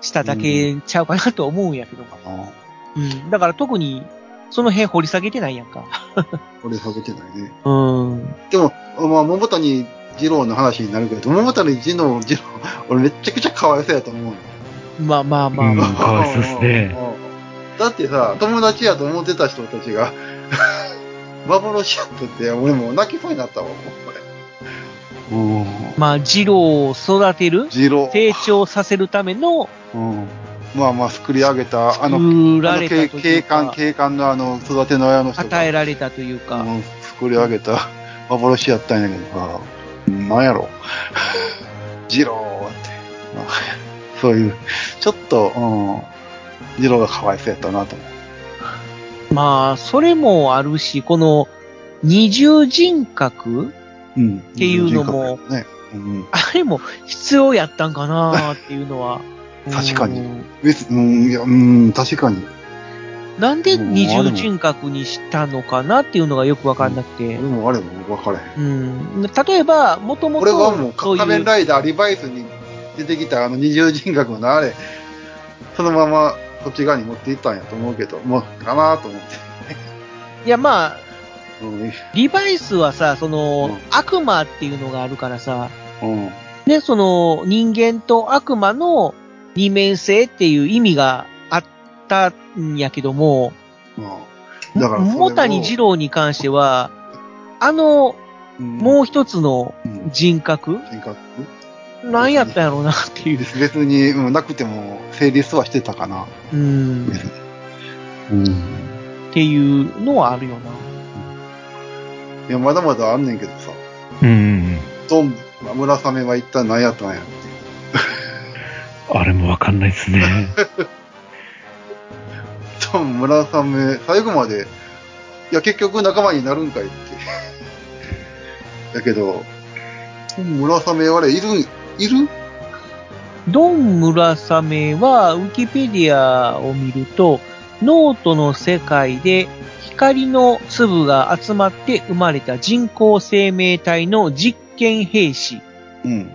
Speaker 3: しただけちゃうかなと思うんやけども。
Speaker 2: あ
Speaker 3: うん。だから特に、その辺掘り下げてないやんか。
Speaker 2: あ、これ下げてないね。
Speaker 3: うん。
Speaker 2: でも、まあ、桃谷二郎の話になるけど、桃谷二郎、二郎、 俺めっちゃくちゃかわいそうやと思うよ。
Speaker 3: まあまあまあまあ。
Speaker 4: うんかわいそうっすね
Speaker 2: うんだってさ、友達やと思ってた人たちが、 幻やったって、俺もう泣きそうになったわ、もうこれ。うん。
Speaker 3: まあ、ジローを育てる
Speaker 2: 二郎。
Speaker 3: 成長させるための、
Speaker 2: うん。まあまあ、作り上げた、あの、
Speaker 3: 売ら
Speaker 2: あの
Speaker 3: れ
Speaker 2: 警
Speaker 3: たとい
Speaker 2: 警
Speaker 3: うか
Speaker 2: 官、警官のあの、育ての親の人が
Speaker 3: 与えられたというか、
Speaker 2: うん、作り上げた 幻やったんやけどさ、なんやろ。 ジローって。 まあそういう、ちょっと、うん、ジローがかわいそうやったなと思う。
Speaker 3: まあ、それもあるし、この二重人格
Speaker 2: うん。って
Speaker 3: いうのも
Speaker 2: ね。うん。。
Speaker 3: あれも必要やったんかなっていうのは
Speaker 2: 確かに
Speaker 3: うん
Speaker 2: 別うん、いや、うん、確かに。
Speaker 3: なんで二重人格にしたのかなっていうのがよくわかんなくて
Speaker 2: 俺。もあれも分からへん。
Speaker 3: うん。例えば、もとも
Speaker 2: 俺はもう、
Speaker 3: と、そう
Speaker 2: 仮
Speaker 3: い
Speaker 2: 面
Speaker 3: う、
Speaker 2: ライダーリバイスに出てきたあの二重人格のあれ、そのままこっち側に持っていったんやと思うけど、もう、かなと思って。
Speaker 3: いやまあ、
Speaker 2: うん、
Speaker 3: リバイスはさ、その、
Speaker 2: うん
Speaker 3: 悪魔っていうのがあるからさ、
Speaker 2: うん。
Speaker 3: ね、その人間と悪魔の二面性っていう意味があったんやけども、
Speaker 2: だからそれを
Speaker 3: 桃谷二郎に関しては、あの、もう一つの
Speaker 2: うん
Speaker 3: 人格、
Speaker 2: 人格
Speaker 3: なんやったんやろうなっていう。
Speaker 2: 別別に、うん、なくても成立はしてたかな。
Speaker 3: うん。
Speaker 2: 別にうん。
Speaker 3: っていうのはあるよな。
Speaker 2: いや、まだまだあんねんけどさ、
Speaker 4: うん。
Speaker 2: ドン、村雨は一体何やったんやって。
Speaker 4: あれもわかんな いですね。
Speaker 2: ドン、村雨、最後まで、いや、結局仲間になるんかいって。 だけど、ドン村雨はあれ、いるん、いる
Speaker 3: ドン・村雨は、ウィキペディアを見ると、ノートの世界で光の粒が集まって生まれた人工生命体の実験兵士。
Speaker 2: うん。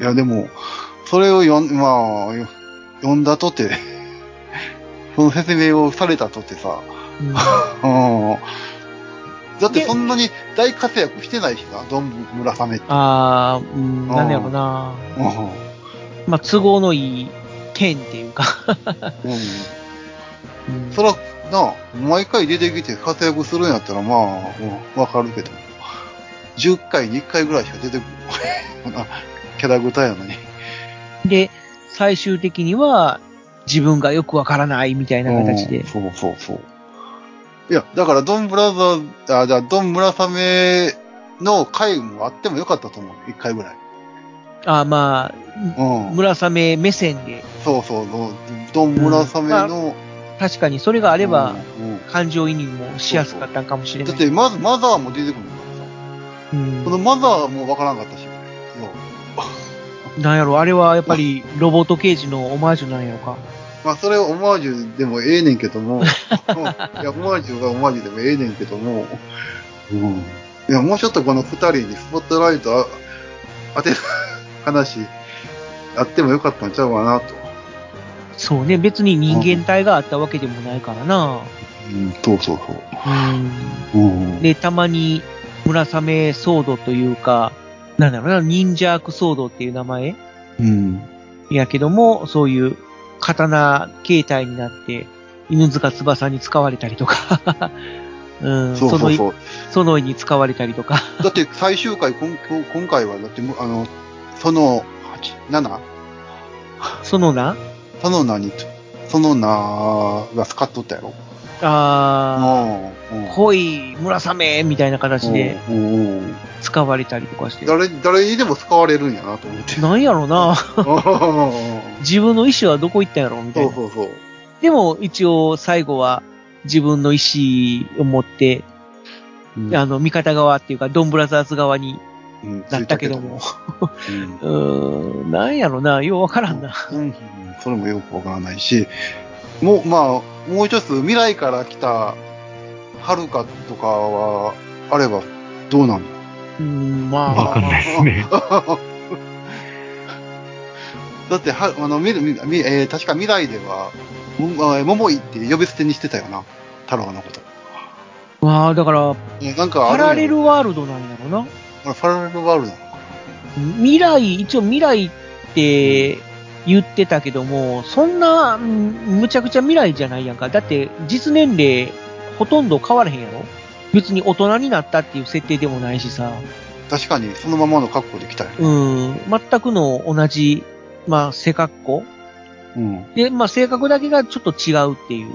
Speaker 2: いや、でも、それを読ん、まあ、よ読んだとて、 その説明をされたとてさ、
Speaker 3: うん
Speaker 2: うんだって
Speaker 3: で
Speaker 2: そんなに大活躍してないしな、どんぶらさめって。
Speaker 3: あー、うん、なんだろうな。
Speaker 2: うん
Speaker 3: まあ、都合のいい剣っていうか。
Speaker 2: うん
Speaker 3: うん
Speaker 2: そら、なあ、毎回出てきて活躍するんやったら、まあ、うんわかるけど、10回に1回ぐらいしか出てく る。なキャラクターやのに。
Speaker 3: で、最終的には、自分がよくわからないみたいな形
Speaker 2: う
Speaker 3: で
Speaker 2: ん。そうそうそう。いや、だから、ドンブラザー、あ、じゃあドンブラサメの回もあってもよかったと思う。1回ぐらい。
Speaker 3: あーま
Speaker 2: うん
Speaker 3: あ、。村雨目線で、
Speaker 2: そうそうそう。ドンブラサメの、
Speaker 3: 確かにそれがあ
Speaker 2: あ
Speaker 3: れば、
Speaker 2: うん
Speaker 3: 感情移入もしやすかったんかもしれな
Speaker 2: だ
Speaker 3: い。
Speaker 2: って、まず、マザーも出てくるんだからさ。
Speaker 3: うん
Speaker 2: このマザーもわからんかったし。よ
Speaker 3: なんやろ、あれはやっぱりロボット刑事のオマージュなんやろか。
Speaker 2: まあ、それはオマージュでもええねんけど も、いや、オマージュがオマージュでもええねんけども、うん。いや、もうちょっとこの二人にスポットライトあ当てる話、あってもよかったんちゃうかなと。
Speaker 3: そうね、別に人間体があったわけでもないからな。
Speaker 2: うん、そうそう
Speaker 3: うん。
Speaker 2: そう。うん。
Speaker 3: で、たまに、村雨騒動というか、なんだろうな、忍者悪騒動っていう名前
Speaker 2: うん。
Speaker 3: やけども、そういう刀形態になって、犬塚翼に使われたりとか、 うん、
Speaker 2: そうそう
Speaker 3: の、
Speaker 2: そう。
Speaker 3: その意に使われたりとか、
Speaker 2: だって最終回、こん今今回は、だってもう、あの、その、7?
Speaker 3: そのな、
Speaker 2: その名に、その名が使っとったやろ。
Speaker 3: あ
Speaker 2: うんうん
Speaker 3: ー、濃い村雨みたいな形で
Speaker 2: うんうんうん
Speaker 3: 使われたりとかして、
Speaker 2: 誰誰にでも使われるんやなと思 って。
Speaker 3: なんやろな、
Speaker 2: そ
Speaker 3: 自分の意思はどこ行ったんやろみたいうな。
Speaker 2: そうそう。
Speaker 3: でも、一応最後は自分の意思を持って、
Speaker 2: うん
Speaker 3: あの、味方側っていうか、ドンブラザーズ側に
Speaker 2: うん
Speaker 3: なったけども。。
Speaker 2: ついたけども
Speaker 3: うーん、なんやろな、ようわからんな。
Speaker 2: うんうんそれもよくわからないし、もう、まあ、もう一つ未来から来た、はるかとかは、あれば、どうなんの
Speaker 3: うーん、ま
Speaker 4: わ
Speaker 3: あ、
Speaker 4: かんないですね。
Speaker 2: だっては、あの、みる、み、みえー確か未来では、も、えー桃井って呼び捨てにしてたよな、太郎のこと。
Speaker 3: まあ、だから、
Speaker 2: えなんかあ
Speaker 3: パ
Speaker 2: るやん
Speaker 3: ラレルワールドなんやろな。
Speaker 2: あれパラレルワールドなのか。
Speaker 3: 未来、一応未来って言ってたけども、そんな、うんむちゃくちゃ未来じゃないやんか。だって、実年齢、ほとんど変わらへんやろ別に大人になったっていう設定でもないしさ。
Speaker 2: 確かに、そのままの格好で来たよ。
Speaker 3: うん、全くの同じ、まあ、背格好
Speaker 2: うん。
Speaker 3: で、まあ、性格だけがちょっと違うっていう。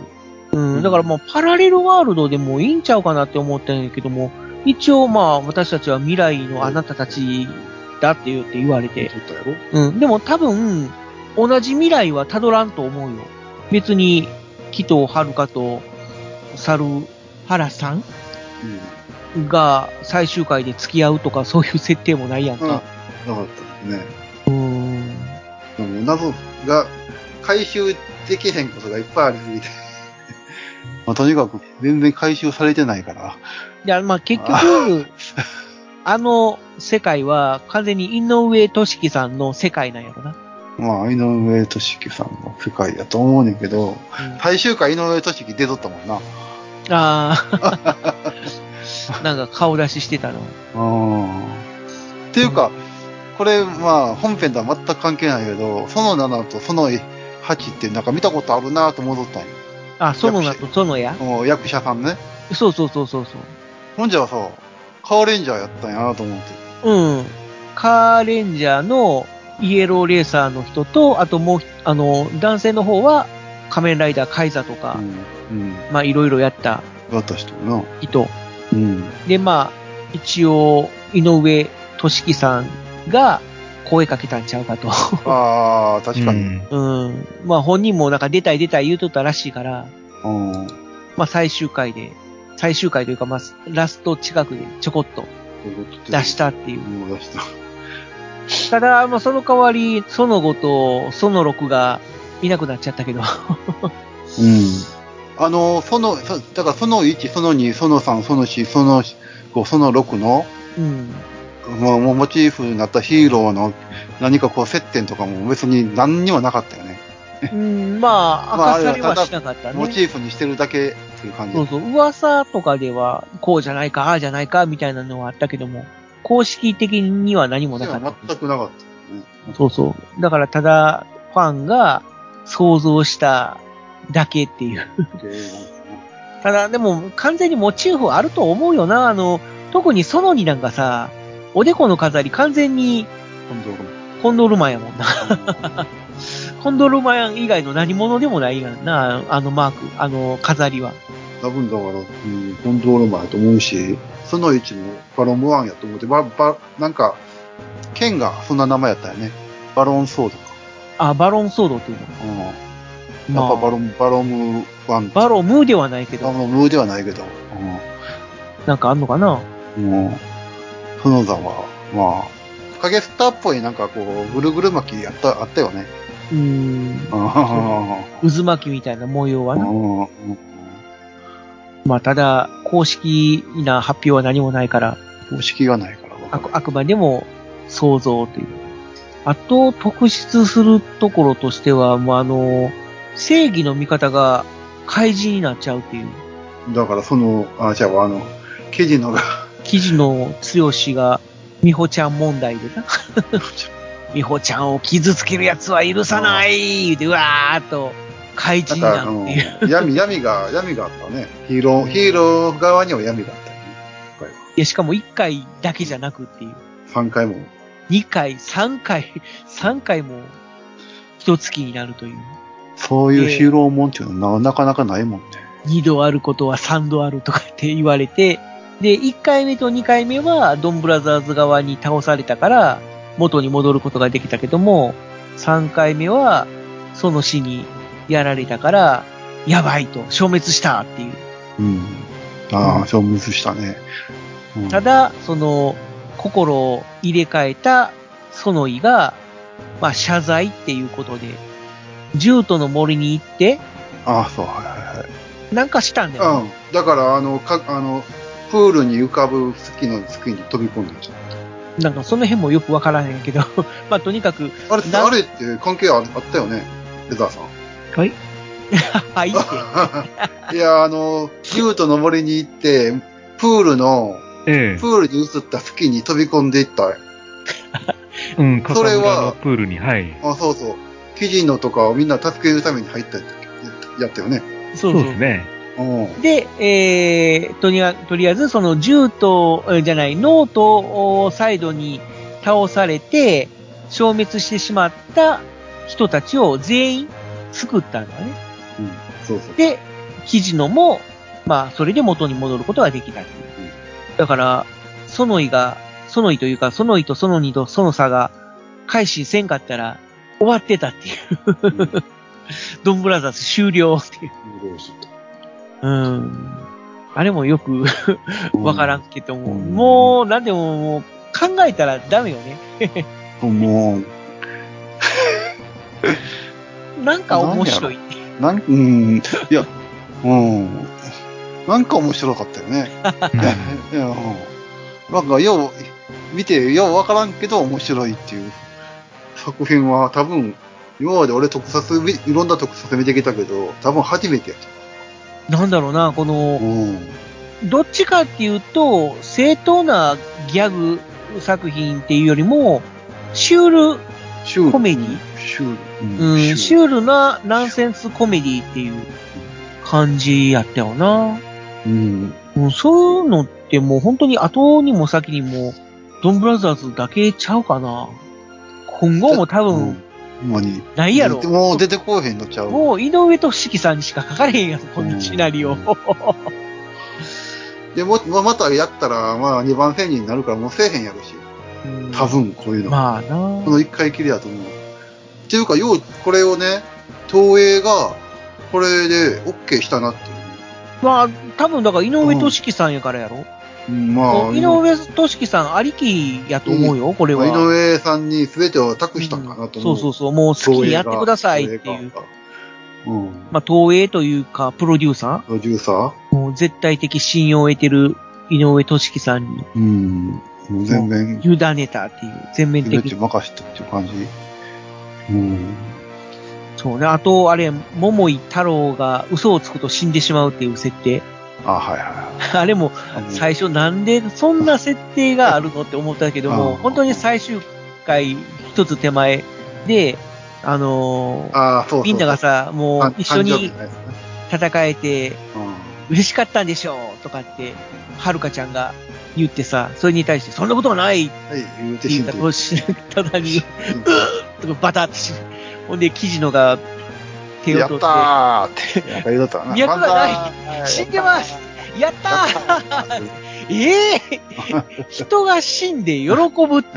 Speaker 2: う
Speaker 3: うんん、だからもうパラレルワールドでもいいんちゃうかなって思ったんやけども、一応まあ、私たちは未来のあなたたちだって言って言われて。
Speaker 2: 撮ったやろ
Speaker 3: うん、でも多分、同じ未来は辿らんと思うよ。別に、紀藤遥と猿原さん
Speaker 2: うん。
Speaker 3: が最終回で付き合うとかそういう設定もないやん
Speaker 2: うん。な
Speaker 3: か。
Speaker 2: かったですね。
Speaker 3: うん。
Speaker 2: でも謎が回収できへんことがいっぱいありすぎて。 まあ、とにかく全然回収されてないから。
Speaker 3: で、まあ結局、あの世界は完全に井上俊樹さんの世界なんやろな。
Speaker 2: まあ、井上俊樹さんの世界やと思うねんけど、
Speaker 3: うん
Speaker 2: 最終回井上俊樹出とったもんな。
Speaker 3: あ あ。なんか顔出ししてたの。
Speaker 2: うん。っていうか、これ、まあ、本編とは全く関係ないけど、その7とその8ってなんか見たことあるなと思っとったんよ
Speaker 3: あ、園名と園や。
Speaker 2: もう役者さんね。
Speaker 3: そうそうそうそうそう。
Speaker 2: ほんじゃさ、カーレンジャーやったんやなと思って。
Speaker 3: うん。カーレンジャーのイエローレーサーの人と、あともう、あの、男性の方は仮面ライダーカイザとか、
Speaker 2: うん。うん。
Speaker 3: まあいろいろやった
Speaker 2: だった人やな。
Speaker 3: 人。
Speaker 2: うん。
Speaker 3: で、まあ、一応、井上俊樹さんが声かけたんちゃうかと。
Speaker 2: ああ、確かに。
Speaker 4: うん
Speaker 3: うん。まあ本人もなんか出たい出たい言うとったらしいから、
Speaker 2: うん。
Speaker 3: まあ最終回で、最終回というかまあラスト近くでちょこっと出し。たっていう。
Speaker 2: もう出した。
Speaker 3: ただ、まあ、その代わり、その後と、その6がいなくなっちゃった けど。
Speaker 2: うん。あの、その、そだからその1、その2、その3、その4、その5、その6の、
Speaker 3: うん。
Speaker 2: まあ、もうモチーフになったヒーローの何かこう接点とかも別に何にもなかったよね。
Speaker 3: うん、まあ、
Speaker 2: まあ
Speaker 3: 明かされはしなかった
Speaker 2: モ
Speaker 3: ね。
Speaker 2: チーフにしてるだけっていう感じ。
Speaker 3: そうそう、噂とかでは、こうじゃないか、ああじゃないか、みたいなのはあったけども、公式的には何もなかった。
Speaker 2: 全くなかったよね。
Speaker 3: そうそう。だから、ただ、ファンが想像しただけっていう。 ただ、でも、完全にモチーフあると思うよな。あの、特にソノニなんかさ、おでこの飾り完全に
Speaker 2: 今度
Speaker 3: コンドルマンやもんな。 コンドルマン以外の何者でもないやんな、あのマーク、あの飾りは。
Speaker 2: 多分だから、うん、コントロールマンやと思うし、その1もバロンボワンやと思って、ば、ば、なんか、剣がそんな名前やったよね。バロンソードか。
Speaker 3: あ、バロンソードっていうの。
Speaker 2: うん。やっ
Speaker 3: まあ
Speaker 2: ぱバロン、バロムワン。
Speaker 3: バロムーではないけ
Speaker 2: バ
Speaker 3: ど、
Speaker 2: ロムではないけど、
Speaker 3: なんかあんのかな
Speaker 2: うん。もう、その座は、まあ、影スターっぽいなんかこう、ぐるぐる巻きやった、あったよね。
Speaker 3: うん。
Speaker 2: あ
Speaker 3: 渦巻きみたいな模様
Speaker 2: あ。
Speaker 3: はな。
Speaker 2: うん
Speaker 3: まあ、ただ、公式な発表は何もないから、
Speaker 2: 公式がないからわ
Speaker 3: あ
Speaker 2: か
Speaker 3: くあくまでも想像という。あと、特筆するところとしては、もうあの、正義の味方が怪人になっちゃうっていう。
Speaker 2: る。だからその、あ、じゃああの、記事のが、
Speaker 3: 記事の強しが、美穂ちゃん問題で な。美穂ちゃんを傷つける奴は許さないで、うわーっと、怪人
Speaker 2: だ
Speaker 3: に
Speaker 2: から、
Speaker 3: な
Speaker 2: う
Speaker 3: るっ
Speaker 2: ん
Speaker 3: ていう。
Speaker 2: 闇、闇が、闇があったね。ヒーロー、ヒーロー側には闇があったよね。今回はい
Speaker 3: や、しかも1回だけじゃなくっていう。
Speaker 2: 3回も。
Speaker 3: 2回、3回、3回も、一月になるという。
Speaker 2: そういうヒーローもんっていうのはななかなかないもんね。
Speaker 3: 二度あることは三度あるとかって言われて、で、一回目と二回目はドンブラザーズ側に倒されたから、元に戻ることができたけども、三回目はその死にやられたから、やばいと、消滅したっていう。
Speaker 2: うん。あ
Speaker 3: う
Speaker 2: あ、消滅したね。うん
Speaker 3: た、だ、その、心を入れ替えたソノイが、まあ、謝罪っていうことで、獣都の森に行って、
Speaker 2: ああ、そう、はいはいはい。
Speaker 3: なんかしたんだよね。
Speaker 2: うん、だからあのかあのプールに浮かぶスキーのスキーに飛び込んだんじゃん
Speaker 3: なんかその辺もよくわからへんけど、 まあとにかく、
Speaker 2: あれ
Speaker 3: な
Speaker 2: あれって関係ああったよねレザーさん
Speaker 4: はい。
Speaker 3: はいって。
Speaker 2: いやあの竜と登りに行ってプールの
Speaker 4: ええ
Speaker 2: プ。ールに映ったスキーに飛び込んでいった
Speaker 4: うん、笠
Speaker 2: それは
Speaker 4: 村のプールに、はい。
Speaker 2: あそうそう記事のとかをみんな助けるために入ったやったやったよね
Speaker 3: そ
Speaker 4: そうう
Speaker 3: そう。
Speaker 4: ですね。
Speaker 2: うん
Speaker 3: で、えー、とにあとりあえず、その銃と、えーじゃない、脳とおサイドに倒されて、消滅してしまった人たちを全員救ったんだね。
Speaker 2: うんそうそう
Speaker 3: で、キジノも、まあ、それで元に戻ることができたっていう
Speaker 2: うん
Speaker 3: だから、ソノイが、ソノイというか、ソノイとソノニとソノサが、開始せんかったら、終わってたっていう。
Speaker 2: うん
Speaker 3: ドンブラザーズ終了っていう。うん。あれもよくわからんけども、
Speaker 2: うん
Speaker 3: もう、なんでも、もう、考えたらダメよね。
Speaker 2: もう
Speaker 3: なんか面白いっていう。
Speaker 2: なんうんいやうんなんか面白かったよ ね
Speaker 4: うん
Speaker 2: いや、うんなんか、よう、見て、ようわからんけど面白いっていう作品は多分、今まで俺特撮見、いろんな特撮見てきたけど、多分初めてやった。
Speaker 3: なんだろうな、この
Speaker 2: う、ん。
Speaker 3: どっちかっていうと、正当なギャグ作品っていうよりも、シュール、
Speaker 2: シュー
Speaker 3: コ
Speaker 2: ル。
Speaker 3: メディ
Speaker 2: シュール。
Speaker 3: うん、シュ
Speaker 2: ール。
Speaker 3: ールなナンセンスコメディっていう感じやったよな。
Speaker 2: うん。
Speaker 3: うん、そういうのってもう本当に後にも先にも、ドンブラザーズだけちゃうかな。今後も多分、
Speaker 2: ほんまに。
Speaker 3: ないやろ。
Speaker 2: もう出てこうへんのちゃう。
Speaker 3: もう井上俊樹さんにしか書かれへんやん、こんなシナリ
Speaker 2: う
Speaker 3: オ。
Speaker 2: んで、も、まあまたやったら、まあ、二番線になるからもうせえへんやろし。
Speaker 3: うん
Speaker 2: 多。分、こういうの。
Speaker 3: まあな。
Speaker 2: この一回きりだと思う。っていうか、よう、これをね、東映が、これで OK したなっていう。
Speaker 3: まあ、多分だから井上俊樹さんやからやろ。
Speaker 2: うん、まあ、
Speaker 3: 井上俊樹さんありきやと思うよ、これ
Speaker 2: ま
Speaker 3: は。
Speaker 2: あ井上さんに全てを託したんかなと思う。
Speaker 3: そうそうそう、もう好きにやってくださいっていう。。
Speaker 2: うん。
Speaker 3: まあ、東映というか、プロデューサ
Speaker 2: プロデューサ
Speaker 3: ーもう絶対的信用を得てる井上俊樹さんに
Speaker 2: ーうん。もう全面、
Speaker 3: 委ねたっていう、全面
Speaker 2: 全て
Speaker 3: 的。
Speaker 2: 任したっていう感じ。うん。
Speaker 3: そうね。あと、あれ、桃井太郎が嘘をつくと死んでしまうっていう設定。
Speaker 2: あ、はいは
Speaker 3: あれも、
Speaker 2: いはい。
Speaker 3: 最初なんでそんな設定があるのって思ったけど
Speaker 2: う
Speaker 3: も、
Speaker 2: ん
Speaker 3: 本当に最終回一つ手前で、あのー
Speaker 2: ああ、そうそう。
Speaker 3: みんながさ、も
Speaker 2: あ、
Speaker 3: う一緒
Speaker 2: 誕生日
Speaker 3: に
Speaker 2: のやつね
Speaker 3: 戦えて、
Speaker 2: うん
Speaker 3: 嬉しかったんでしょうとかって、はるかちゃんが言ってさ、それに対して、そんなことはないって
Speaker 2: はい、言うて死
Speaker 3: 言
Speaker 2: んで
Speaker 3: った
Speaker 2: る
Speaker 3: こうしただに、
Speaker 2: うん
Speaker 3: とかバタッとし、ほんで、記事のが手
Speaker 2: やっ
Speaker 3: を取って、
Speaker 2: たーって。なんか言うとったな。
Speaker 3: 脈がない
Speaker 2: い
Speaker 3: 死んでますやったー ええ人が死んで喜 ぶって、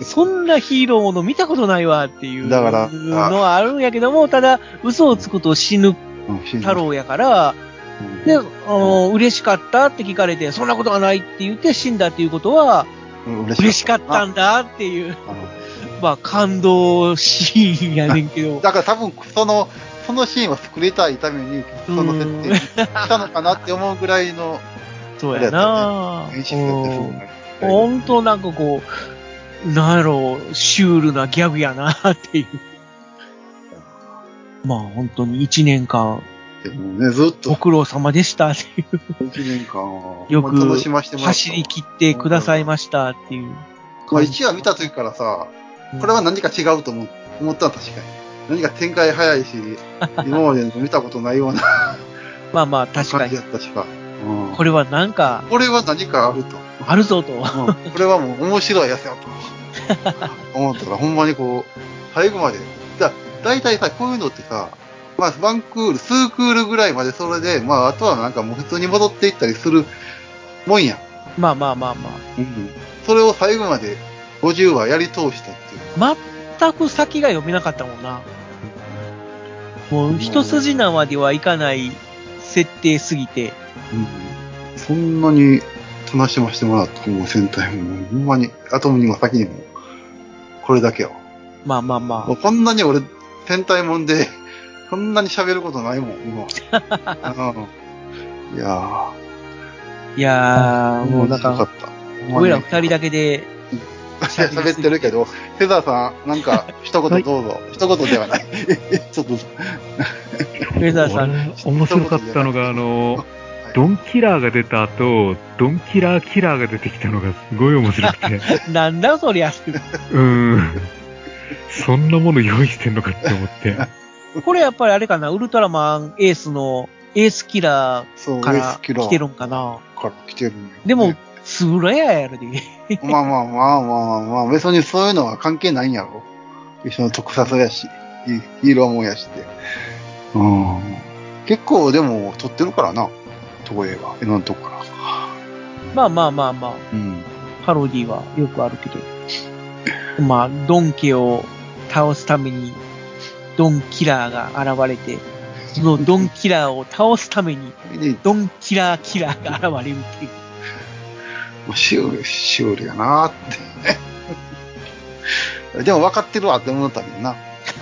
Speaker 3: そんなヒーローもの見たことないわっていう
Speaker 2: だから
Speaker 3: のはあるんやけども、ただ、嘘をつくと死ぬ太郎やから、で、あの、嬉しかったって聞かれて、そ んなことがないって言って死んだっていうことは、
Speaker 2: うん
Speaker 3: 嬉しかった
Speaker 2: ん
Speaker 3: んだっていう。
Speaker 2: あの
Speaker 3: まあ、感動シーンやねん けど、
Speaker 2: だから多分、その、そのシーンは作りたいために、その設定にしたのかなって思うぐらいの
Speaker 3: そうやな
Speaker 2: 演出だったですよ
Speaker 3: うん
Speaker 2: ね
Speaker 3: ほんとなんかこう、なんやろう、シュールなギャグやなっていう。まあ本当に一年間
Speaker 2: でもね、ずっ
Speaker 3: ご
Speaker 2: と
Speaker 3: 苦労様でしたっていう。
Speaker 2: 1年間、
Speaker 3: よく
Speaker 2: 楽しませてもらったわ
Speaker 3: 走り切ってくださいましたっていう。
Speaker 2: まあ、1話見た時からさ、これは何か違うと思う思ったの確かに。何か展開早 いし、今までの見たことないような
Speaker 3: まあまあ確か
Speaker 2: 感じ
Speaker 3: に。
Speaker 2: だったしさ。うん
Speaker 3: これはなんか
Speaker 2: これは何かあると。
Speaker 3: あるぞと。
Speaker 2: う んこれはもう面白いやつやと思ったら、ほんまにこう、最後まで。だ大体さ、こういうのってさ、まあ、ワンクール、数クールぐらいまでそれで、まあ、あとはなんかもう普通に戻っていったりするもんや。
Speaker 3: まあまあまあま
Speaker 2: それを最後まで50話やり通したっていう。
Speaker 3: あ。全く先が読めなかったもんな。もう一筋縄ではいかない設定すぎて。
Speaker 2: そんなに楽しませてもらったもう戦隊も、ほんまに、後にも先にも、これだけよ。
Speaker 3: まあまあま
Speaker 2: もうこんなに俺、戦隊もんで、そんなに喋ることないもん、 今。うんいや
Speaker 3: あ。いやー、
Speaker 2: ー、
Speaker 3: もうなんか
Speaker 2: 面白。ったほんまに
Speaker 3: 俺ら二人だけで、
Speaker 2: 喋ってるけど、セザーさん、なんか、一言どうぞ。一言では ない。ちょっと、
Speaker 3: レザーさん
Speaker 4: 面白かったのが、あの、ドンキラーが出た後、ドンキラーキラーが出てきたのがすごい面白く て、
Speaker 3: なんだそりゃって
Speaker 4: うーん。そんなもの用意してんのかって思って。
Speaker 3: これやっぱりあれかな、ウルトラマンエースのエースキラ
Speaker 2: そう、
Speaker 3: ー
Speaker 2: ウ
Speaker 3: か
Speaker 2: エス
Speaker 3: ら
Speaker 2: キラ
Speaker 3: 来てる
Speaker 2: ー
Speaker 3: んかな。
Speaker 2: から来てるんよ
Speaker 3: でも、つぶらややるで。
Speaker 2: まあまあまあまあまあ、別にそういうのは関係ないんやろ。一緒の特撮やし、ヒヒーローもんやしって。うん。結構でも撮ってるからな、東映は、今のとこから。
Speaker 3: まあまあまあま
Speaker 2: うん。
Speaker 3: あ、パロディはよくあるけど。まあ、ドン家を倒すために、ドンキラーが現れて、そのドンキラーを倒すために、
Speaker 2: で、
Speaker 3: ドンキラーキラーが現れるっていう。
Speaker 2: シュール、シュールやなって。 でも分かってるわって思ったけどな、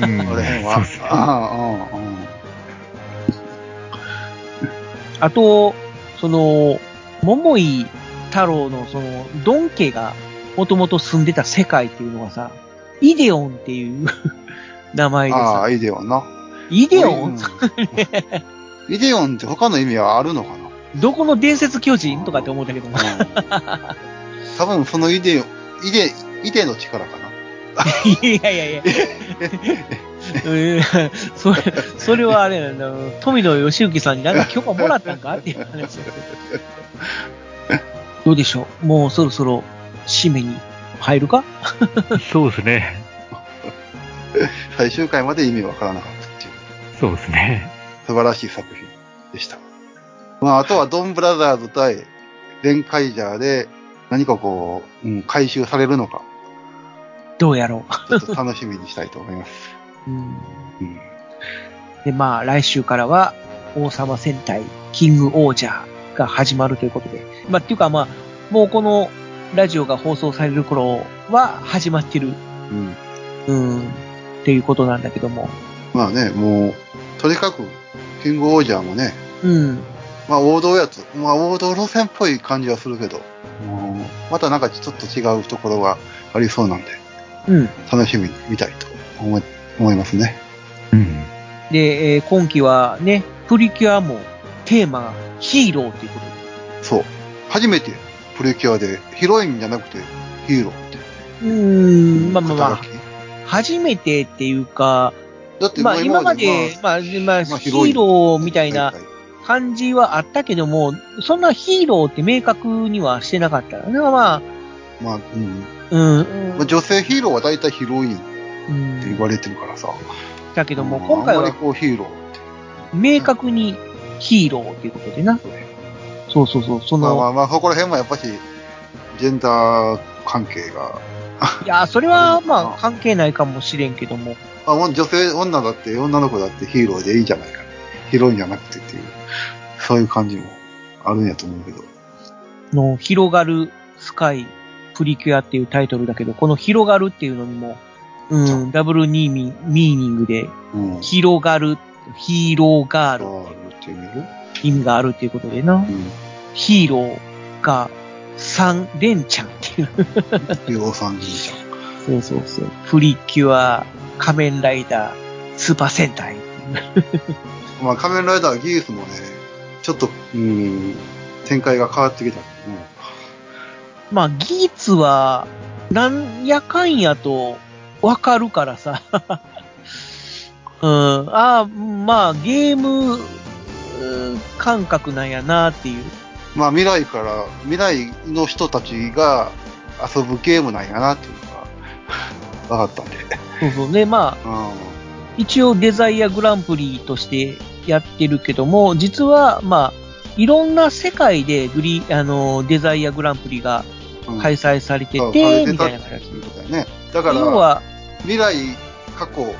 Speaker 4: うん。
Speaker 2: これ辺は。
Speaker 4: そうそう
Speaker 2: うんうんうん。
Speaker 3: あと、その、桃井太郎のその、ドン家がもともと住んでた世界っていうのがさ、イデオンっていう 名前で
Speaker 2: ああ、
Speaker 3: さ、
Speaker 2: イデオンな。
Speaker 3: イ
Speaker 2: イ
Speaker 3: デオン
Speaker 2: イデオンって他の意味はあるのかな
Speaker 3: どこの伝説巨人とかって思ったけども、
Speaker 2: うん多分そのイデオン、イデ、イデの力かな。
Speaker 3: いやいやい や。うんそれ、それはあれなんだ、富野義行さんになんか許可もらったんかっていう話だけど。どうでしょうもうそろそろ、締めに入るか
Speaker 4: そうですね。
Speaker 2: 最終回まで意味わからなかったっていう
Speaker 4: そうですね。
Speaker 2: 素晴らしい作品でした。まあ、あとはドンブラザーズ対レンカイジャーで何かこう、うん、回収されるのか、
Speaker 3: どうやろう
Speaker 2: ちょっと楽しみにしたいと思います。
Speaker 3: うん
Speaker 2: うん
Speaker 3: で、まあ、来週からは、王様戦隊、キングオージャーが始まるということで。まあ、っていうかまあ、もうこのラジオが放送される頃は始まってる、
Speaker 2: うん
Speaker 3: うん、っていうことなんだけども。
Speaker 2: まあね、もう、とにかく、キングオージャーもね、
Speaker 3: うん。
Speaker 2: まあ王道やつ、まあ王道路線っぽい感じはするけど、うんまたなんかちょっと違うところがありそうなんで、
Speaker 3: うん。
Speaker 2: 楽しみに見たいと思い思いますね。
Speaker 4: うん。
Speaker 3: で、えー今期はね、プリキュアもテーマがヒーローっていうことで。
Speaker 2: そう。初めてプリキュアでヒロインじゃなくてヒーローって。
Speaker 3: うーん、まあまあま
Speaker 2: 肩書き
Speaker 3: あ、初めてっていうか、
Speaker 2: だって、
Speaker 3: まあ今まで、まあ、まあ、
Speaker 2: まあ
Speaker 3: ヒ
Speaker 2: 広い
Speaker 3: ーローみたいな
Speaker 2: は、は
Speaker 3: 感じはあったけども、そんなヒーローって明確にはしてなかった。だからまあ、
Speaker 2: いまあ、うん。
Speaker 3: うん、
Speaker 2: まあ、女性ヒーローは大体ヒロインって
Speaker 3: うん
Speaker 2: 言われてるからさ。
Speaker 3: だけ
Speaker 2: け
Speaker 3: ども、今回
Speaker 2: あんまり
Speaker 3: は
Speaker 2: こうヒーローって。
Speaker 3: 明確にヒーローっていうことでな。そうそうそう、そ
Speaker 2: まあま
Speaker 3: の、
Speaker 2: あまあ、そこら辺もやっぱし、ジェンダー関係が。
Speaker 3: いや、それはまあ関係ないかもしれんけども、
Speaker 2: まあ、もう女性、女だって、女の子だってヒーローでいいじゃないか。ヒロインじゃなくてっていう、そういう感じもあるんやと思うけど。
Speaker 3: の、広がるスカイプリキュアっていうタイトルだけど、この広がるっていうのにも、うん、ダブルニーミーミーニングで、
Speaker 2: うん。
Speaker 3: 広がる、ヒーローガール、
Speaker 2: あるっていう意味で
Speaker 3: 意味があるっていうことでな
Speaker 2: う。ん。
Speaker 3: ヒーローが三連チャンっていう。
Speaker 2: 量産人じゃん。
Speaker 3: そうそうそう。プリキュア、仮面ライダー、スーパー戦隊。
Speaker 2: まあ、仮面ライダーギースもね、ちょっと、うん、展開が変わってきたけども、
Speaker 3: まあ、ギーツは、なんやかんやと、わかるからさ。うん、ああ、まあ、ゲーム、うん感覚なんやなっていう。
Speaker 2: まあ、未来から、未来の人たちが遊ぶゲームなんやなっていうのが分かったんで。
Speaker 3: そうそうね。まあ、
Speaker 2: う
Speaker 3: 一応デザイアグランプリとしてやってるけども、実は、まあ、いろんな世界でグリ、あの、デザイアグランプリ
Speaker 2: ん。
Speaker 3: が
Speaker 2: うん
Speaker 3: 開催されて
Speaker 2: そう
Speaker 3: て、
Speaker 2: され
Speaker 3: み
Speaker 2: て
Speaker 3: たい
Speaker 2: っ
Speaker 3: な
Speaker 2: て
Speaker 3: 形。
Speaker 2: いうことだよね。だから、
Speaker 3: 要は、
Speaker 2: 未来、過去で、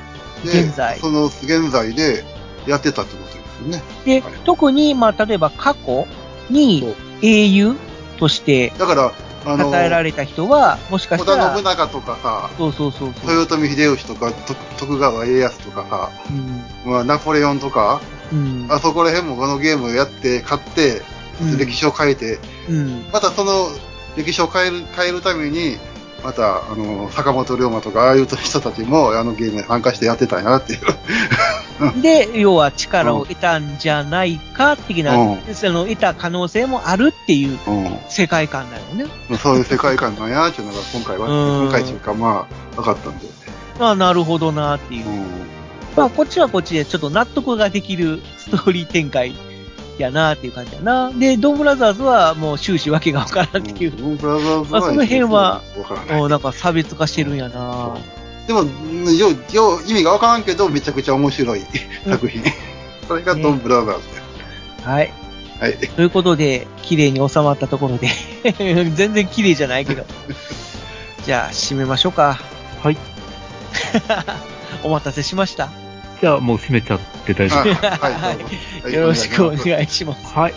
Speaker 3: 現在
Speaker 2: その現在でやってたってことですよね。
Speaker 3: で
Speaker 2: はい、
Speaker 3: 特に、まあ、例えば過去
Speaker 2: そ
Speaker 3: に
Speaker 2: う
Speaker 3: 英雄として
Speaker 2: だから、あの、
Speaker 3: 与えられた人は、もしか
Speaker 2: 織
Speaker 3: した
Speaker 2: 田
Speaker 3: ら
Speaker 2: 信、長とかさ、
Speaker 3: そうそうそうそう、
Speaker 2: 豊臣秀吉とか、と徳川家康とかさ、
Speaker 3: うん
Speaker 2: まあ、ナポレオンとか、
Speaker 3: うん
Speaker 2: あそこら辺もこのゲームやって、買って、
Speaker 3: うん
Speaker 2: 歴史を変えて、
Speaker 3: うん
Speaker 2: またその歴史を変える変えるために、また、あの、坂本龍馬とか、ああいう人たちも、あのゲームに参加してやってたんやなっていう。
Speaker 3: で、要は力を得たんじゃないか、的な、
Speaker 2: うん
Speaker 3: その得た可能性もあるっていう
Speaker 2: う
Speaker 3: 世界観だよね。
Speaker 2: ん。そういう世界観なんやっていうのが、今回は、
Speaker 3: うん
Speaker 2: 今回中か、まあ、分かったんで。
Speaker 3: まあ、なるほどなっていうう。
Speaker 2: ん。
Speaker 3: まあ、こっちはこっちでちょっと納得ができるストーリー展開やなっていう感じやな。で、ドンブラザーズはもう終始わけがわからんっていう。
Speaker 2: うんブラザーズ
Speaker 3: まあその辺は
Speaker 2: わからない。
Speaker 3: もうなんか差別化してるんやな
Speaker 2: でも、うんようよう意味がわからんけど、めちゃくちゃ面白い作品。 それがドンブラザーズで
Speaker 3: はい。
Speaker 2: す。はい。
Speaker 3: ということで、綺麗に収まったところで、 全然綺麗じゃない けど。じゃあ、締めましょうか。
Speaker 4: はい。
Speaker 3: お待たせしました。
Speaker 4: じゃあもう閉めちゃって大丈夫。
Speaker 2: あはいどうぞはい
Speaker 3: よろしくお
Speaker 2: お願いし
Speaker 3: 願いします。
Speaker 4: はい。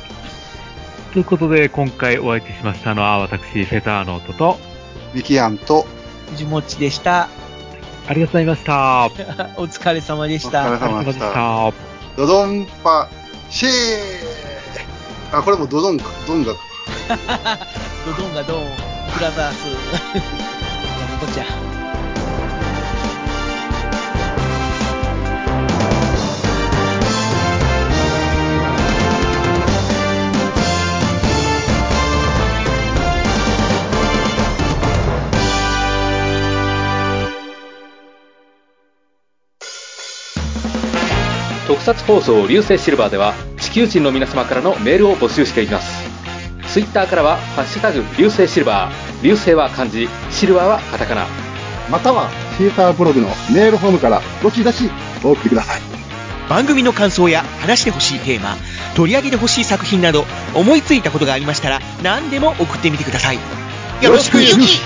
Speaker 4: ということで、今回お相手しましたのは、私、セターノートと、
Speaker 2: ます。ミキアンと、
Speaker 3: 藤持ちでした。
Speaker 4: ありがとうございました。あり
Speaker 3: お疲れ様でし
Speaker 2: お疲れ
Speaker 3: た。
Speaker 4: がとうございました。
Speaker 2: ドドンパ、シェーあ、これもドドンか、ドンが、
Speaker 3: ドドンガドン、ブラザース。山子ちゃん。
Speaker 1: 特撮放送流星シルバーでは地球人の皆様からのメールを募集していますツイッターからは「ハッシュタグ流星シルバー」流星は漢字シルバーはカタカナ
Speaker 5: またはシーサーブログのメールフォームからどしどしお送りください
Speaker 6: 番組の感想や話してほしいテーマ取り上げてほしい作品など思いついたことがありましたら何でも送ってみてくださいよろしくゆき